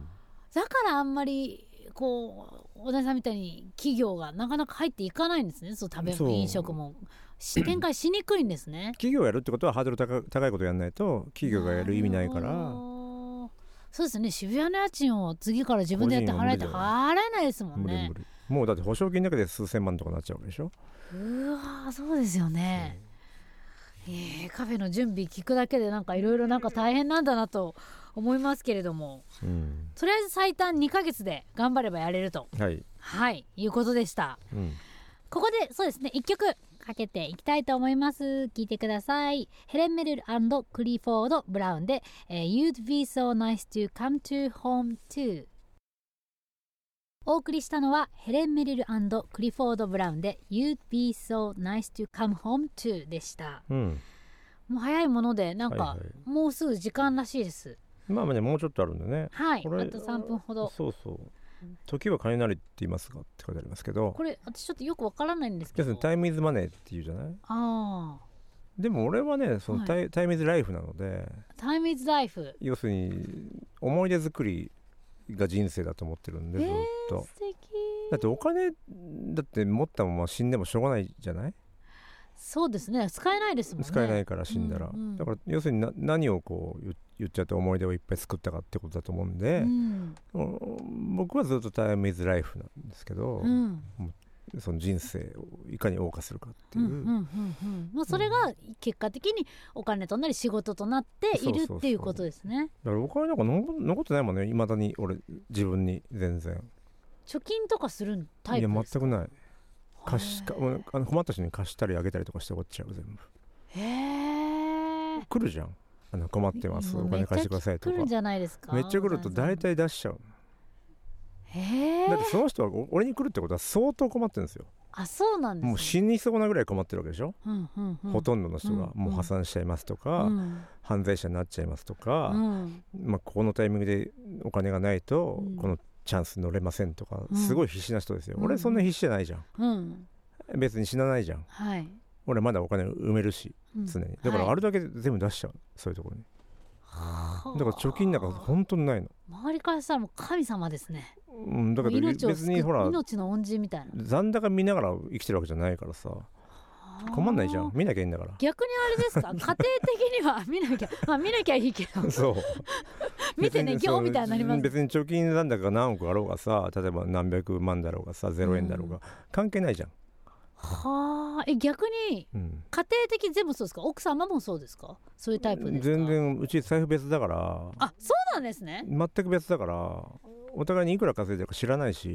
Speaker 1: だからあんまりこう小田井さんみたいに企業がなかなか入っていかないんですねそう食べ
Speaker 2: そう
Speaker 1: 物飲食も
Speaker 2: <clears throat>
Speaker 1: し展開しにくいんですね
Speaker 2: 企業やるってことはハードル高い高いことやんないと企業がやる意味ないか
Speaker 1: なる
Speaker 2: ら
Speaker 1: ほどそうですね渋谷の家賃を次から自分でやって払えて
Speaker 2: 個人
Speaker 1: 払えないですもん
Speaker 2: 無理
Speaker 1: ね
Speaker 2: 無理もうだって保証金だけで数千万とかなっちゃうわけでしょ
Speaker 1: うわーそうですよね、えーカフェの準備聞くだけでなんかいろいろなんか大変なんだなと思いますけれども
Speaker 2: うん
Speaker 1: とりあえず最短2ヶ月で頑張ればやれると
Speaker 2: はい、
Speaker 1: はいいうことでした
Speaker 2: うん、
Speaker 1: ここでそうですね一曲かけていきたいと思います聞いてくださいヘレン・メルルクリフォード・ブラウンで、えー You'd be so nice to come to home to お送りしたのはヘレン・メルルクリフォード・ブラウンで You'd be so nice to come home to でした
Speaker 2: うん、
Speaker 1: もう早いものでなんか、
Speaker 2: はいは
Speaker 1: もうすぐ時間らしいです
Speaker 2: まあまあねもうちょっとあるんでね
Speaker 1: はいあ
Speaker 2: これ
Speaker 1: と3分ほど
Speaker 2: そうそう時は金なりって言いますかって書いてありますけど
Speaker 1: これ私ちょっとよくわからないんですけ
Speaker 2: 要す
Speaker 1: ど
Speaker 2: るにタイムイズマネーっていうじゃない
Speaker 1: あ
Speaker 2: でも俺はねそ
Speaker 1: は
Speaker 2: の
Speaker 1: い
Speaker 2: タイ,、タイムイズライフなので
Speaker 1: あタイムイズライフ
Speaker 2: 要するに思い出作りが人生だと思ってるんでずっと、
Speaker 1: 素敵
Speaker 2: だってお金だって持ったまま死んでもしょうがないじゃない、
Speaker 1: そうですね使えないですもんね
Speaker 2: 使えないから死んだら、
Speaker 1: うんうん
Speaker 2: だから要するにな何をこう言言っちゃって思い出をいっぱい作ったかってことだと思うんで
Speaker 1: う、ん
Speaker 2: うん僕はずっとタイムイズライフなんですけど、
Speaker 1: うん
Speaker 2: その人生をいかに謳歌するかって
Speaker 1: う
Speaker 2: い
Speaker 1: ん
Speaker 2: う、
Speaker 1: うんうんうんまあそれが結果的にお金となり仕事となっているっていうことですね
Speaker 2: だからお金なんか残残ってないもんねいまだに俺自分に全然
Speaker 1: 貯金とかするタ
Speaker 2: い
Speaker 1: イ
Speaker 2: や
Speaker 1: プ
Speaker 2: 全
Speaker 1: です
Speaker 2: くない貸し
Speaker 1: へ
Speaker 2: かもうあの困った人に貸したりあげたりとかして終わっちゃう全部
Speaker 1: へえ
Speaker 2: 来るじゃんあの困ってますお金貸してくださいと
Speaker 1: 来
Speaker 2: か
Speaker 1: るんじゃないですか
Speaker 2: めっちゃ来ると大体出しちゃう
Speaker 1: へえ
Speaker 2: だってその人はお俺に来るってことは相当困ってるんですよ
Speaker 1: あそうなんですね
Speaker 2: もう死にそうなぐらい困ってるわけでしょ、
Speaker 1: うんうんうん
Speaker 2: ほとんどの人が
Speaker 1: うん
Speaker 2: もう破産しちゃいますとか、
Speaker 1: うん
Speaker 2: 犯罪者になっちゃいますと
Speaker 1: う
Speaker 2: か、
Speaker 1: ん
Speaker 2: まあ、ここのタイミングでお金がないと
Speaker 1: うん
Speaker 2: このチャンス乗れませんとか、
Speaker 1: うん
Speaker 2: すごい必死な人ですよ、
Speaker 1: うん
Speaker 2: 俺そんな必死じゃないじゃん
Speaker 1: うん
Speaker 2: 別に死なないじゃん
Speaker 1: はい
Speaker 2: 俺まだお金埋めるし
Speaker 1: うん
Speaker 2: 常にだから
Speaker 1: はい
Speaker 2: あれだけ全部出しちゃうそういうところに
Speaker 1: はあ
Speaker 2: だから貯金なんか本当にないの、
Speaker 1: 周りからしたらもう神様ですね
Speaker 2: うん、だけ
Speaker 1: もう
Speaker 2: ど
Speaker 1: 命を
Speaker 2: 別
Speaker 1: 救
Speaker 2: にほ
Speaker 1: う
Speaker 2: ら
Speaker 1: 命の恩人みたいな
Speaker 2: 残高見ながら生きてるわけじゃないからさ困んないじゃん見なきゃいいんだから
Speaker 1: 逆にあれです
Speaker 2: <laughs>
Speaker 1: か家庭的には見なきゃまあ見なきゃいいけど
Speaker 2: そう
Speaker 1: <laughs> 見てね
Speaker 2: 別に
Speaker 1: 今日みたいになります
Speaker 2: そう別に貯金残高が何億あろうがさ例えば何百万だろうがさ0円だろうが、関係ないじゃん、
Speaker 1: はあえ逆に
Speaker 2: うん、
Speaker 1: 家庭的全部そうですか奥様もそうですかそういうタイプですか
Speaker 2: 全然うち財布別だから
Speaker 1: あそうなんですね
Speaker 2: 全く別だからお互いにいくら稼いでるか知らないし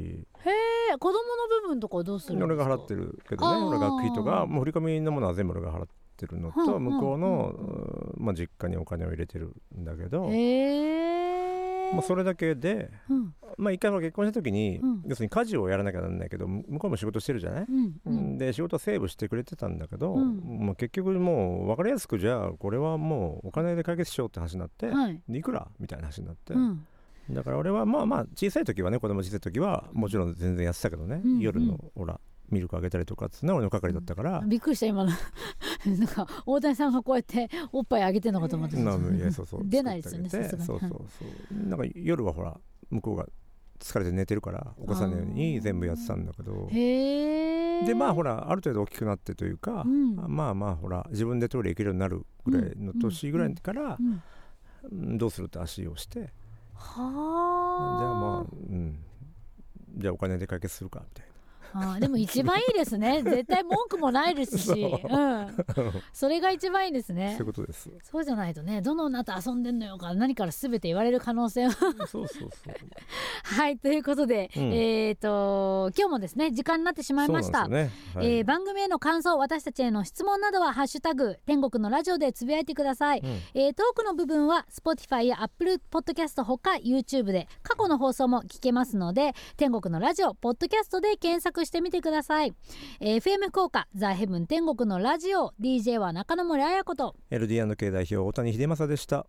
Speaker 1: へえ子供の部分とかはどうするんです
Speaker 2: 俺
Speaker 1: か
Speaker 2: が払ってるけど
Speaker 1: あ
Speaker 2: ね
Speaker 1: ー
Speaker 2: 俺学費とかもう振り込みのものは全部俺が払ってるの
Speaker 1: うんう
Speaker 2: と
Speaker 1: ん
Speaker 2: 向こうの、うんまあ、実家にお金を入れてるんだけど、
Speaker 1: へえ
Speaker 2: まあ、それだけで、
Speaker 1: うん
Speaker 2: まあ、一回ほら結婚した時に、
Speaker 1: うん
Speaker 2: 要するに家事をやらなきゃなんないけど向こうも仕事してるじゃない、
Speaker 1: うんうん
Speaker 2: で仕事はセーブしてくれてたんだけど、
Speaker 1: うん
Speaker 2: まあ、結局もう分かりやすくじゃあこれはもうお金で解決しようって話になって、
Speaker 1: はい
Speaker 2: でいくらみたいな話になって、
Speaker 1: うん
Speaker 2: だから俺はまあまあ小さい時はね子供小さい時はもちろん全然やってたけどね、
Speaker 1: うんうん
Speaker 2: 夜のほらミルクあげたりとかっつうのは俺の係だったから、
Speaker 1: びっくりした今の <laughs> なんか大谷さんがこうやっておっぱいあげてんのかと思って
Speaker 2: なあいやそうそう
Speaker 1: <laughs> 出ないですよね
Speaker 2: 作ってあげて
Speaker 1: さすがに
Speaker 2: そうそうそうなんか夜はほら向こうが疲れて寝てるから起こさないように全部やってたんだけど
Speaker 1: へえ
Speaker 2: でまあほ
Speaker 1: ら
Speaker 2: らある程度大きくなってというか、
Speaker 1: うん
Speaker 2: まあまあほら自分でトイレ行けるようになるぐらいの年ぐらいから
Speaker 1: う、ん、は
Speaker 2: うんどうするって足をしてじゃあ
Speaker 1: あ
Speaker 2: まあうんじゃあお金で解決するかみたいな。
Speaker 1: あーでも一番いいです
Speaker 2: <laughs>
Speaker 1: ね絶対文句もないですし、うん、それが一番いいですね
Speaker 2: <laughs> そういうこ
Speaker 1: <laughs>
Speaker 2: とです。
Speaker 1: そうじゃないとねどの女と遊んでんのよか何から全て言われる可能性は <laughs>
Speaker 2: そうそうそう。
Speaker 1: はいということで、
Speaker 2: うん
Speaker 1: えっ、と今日もですね時間になってしまいました
Speaker 2: そうなんですよね。はい
Speaker 1: えー番組への感想私たちへの質問などは「ハッシュタグ天国のラジオ」でつぶやいてください、
Speaker 2: うん
Speaker 1: えートークの部分は Spotify や Apple Podcast ほか YouTube で過去の放送も聞けますので天国のラジオポッドキャストで検索してみてください、えー FM 福岡ザ・ヘブン天国のラジオ DJ は中野森彩子と
Speaker 2: LD&K 代表大谷秀正でした。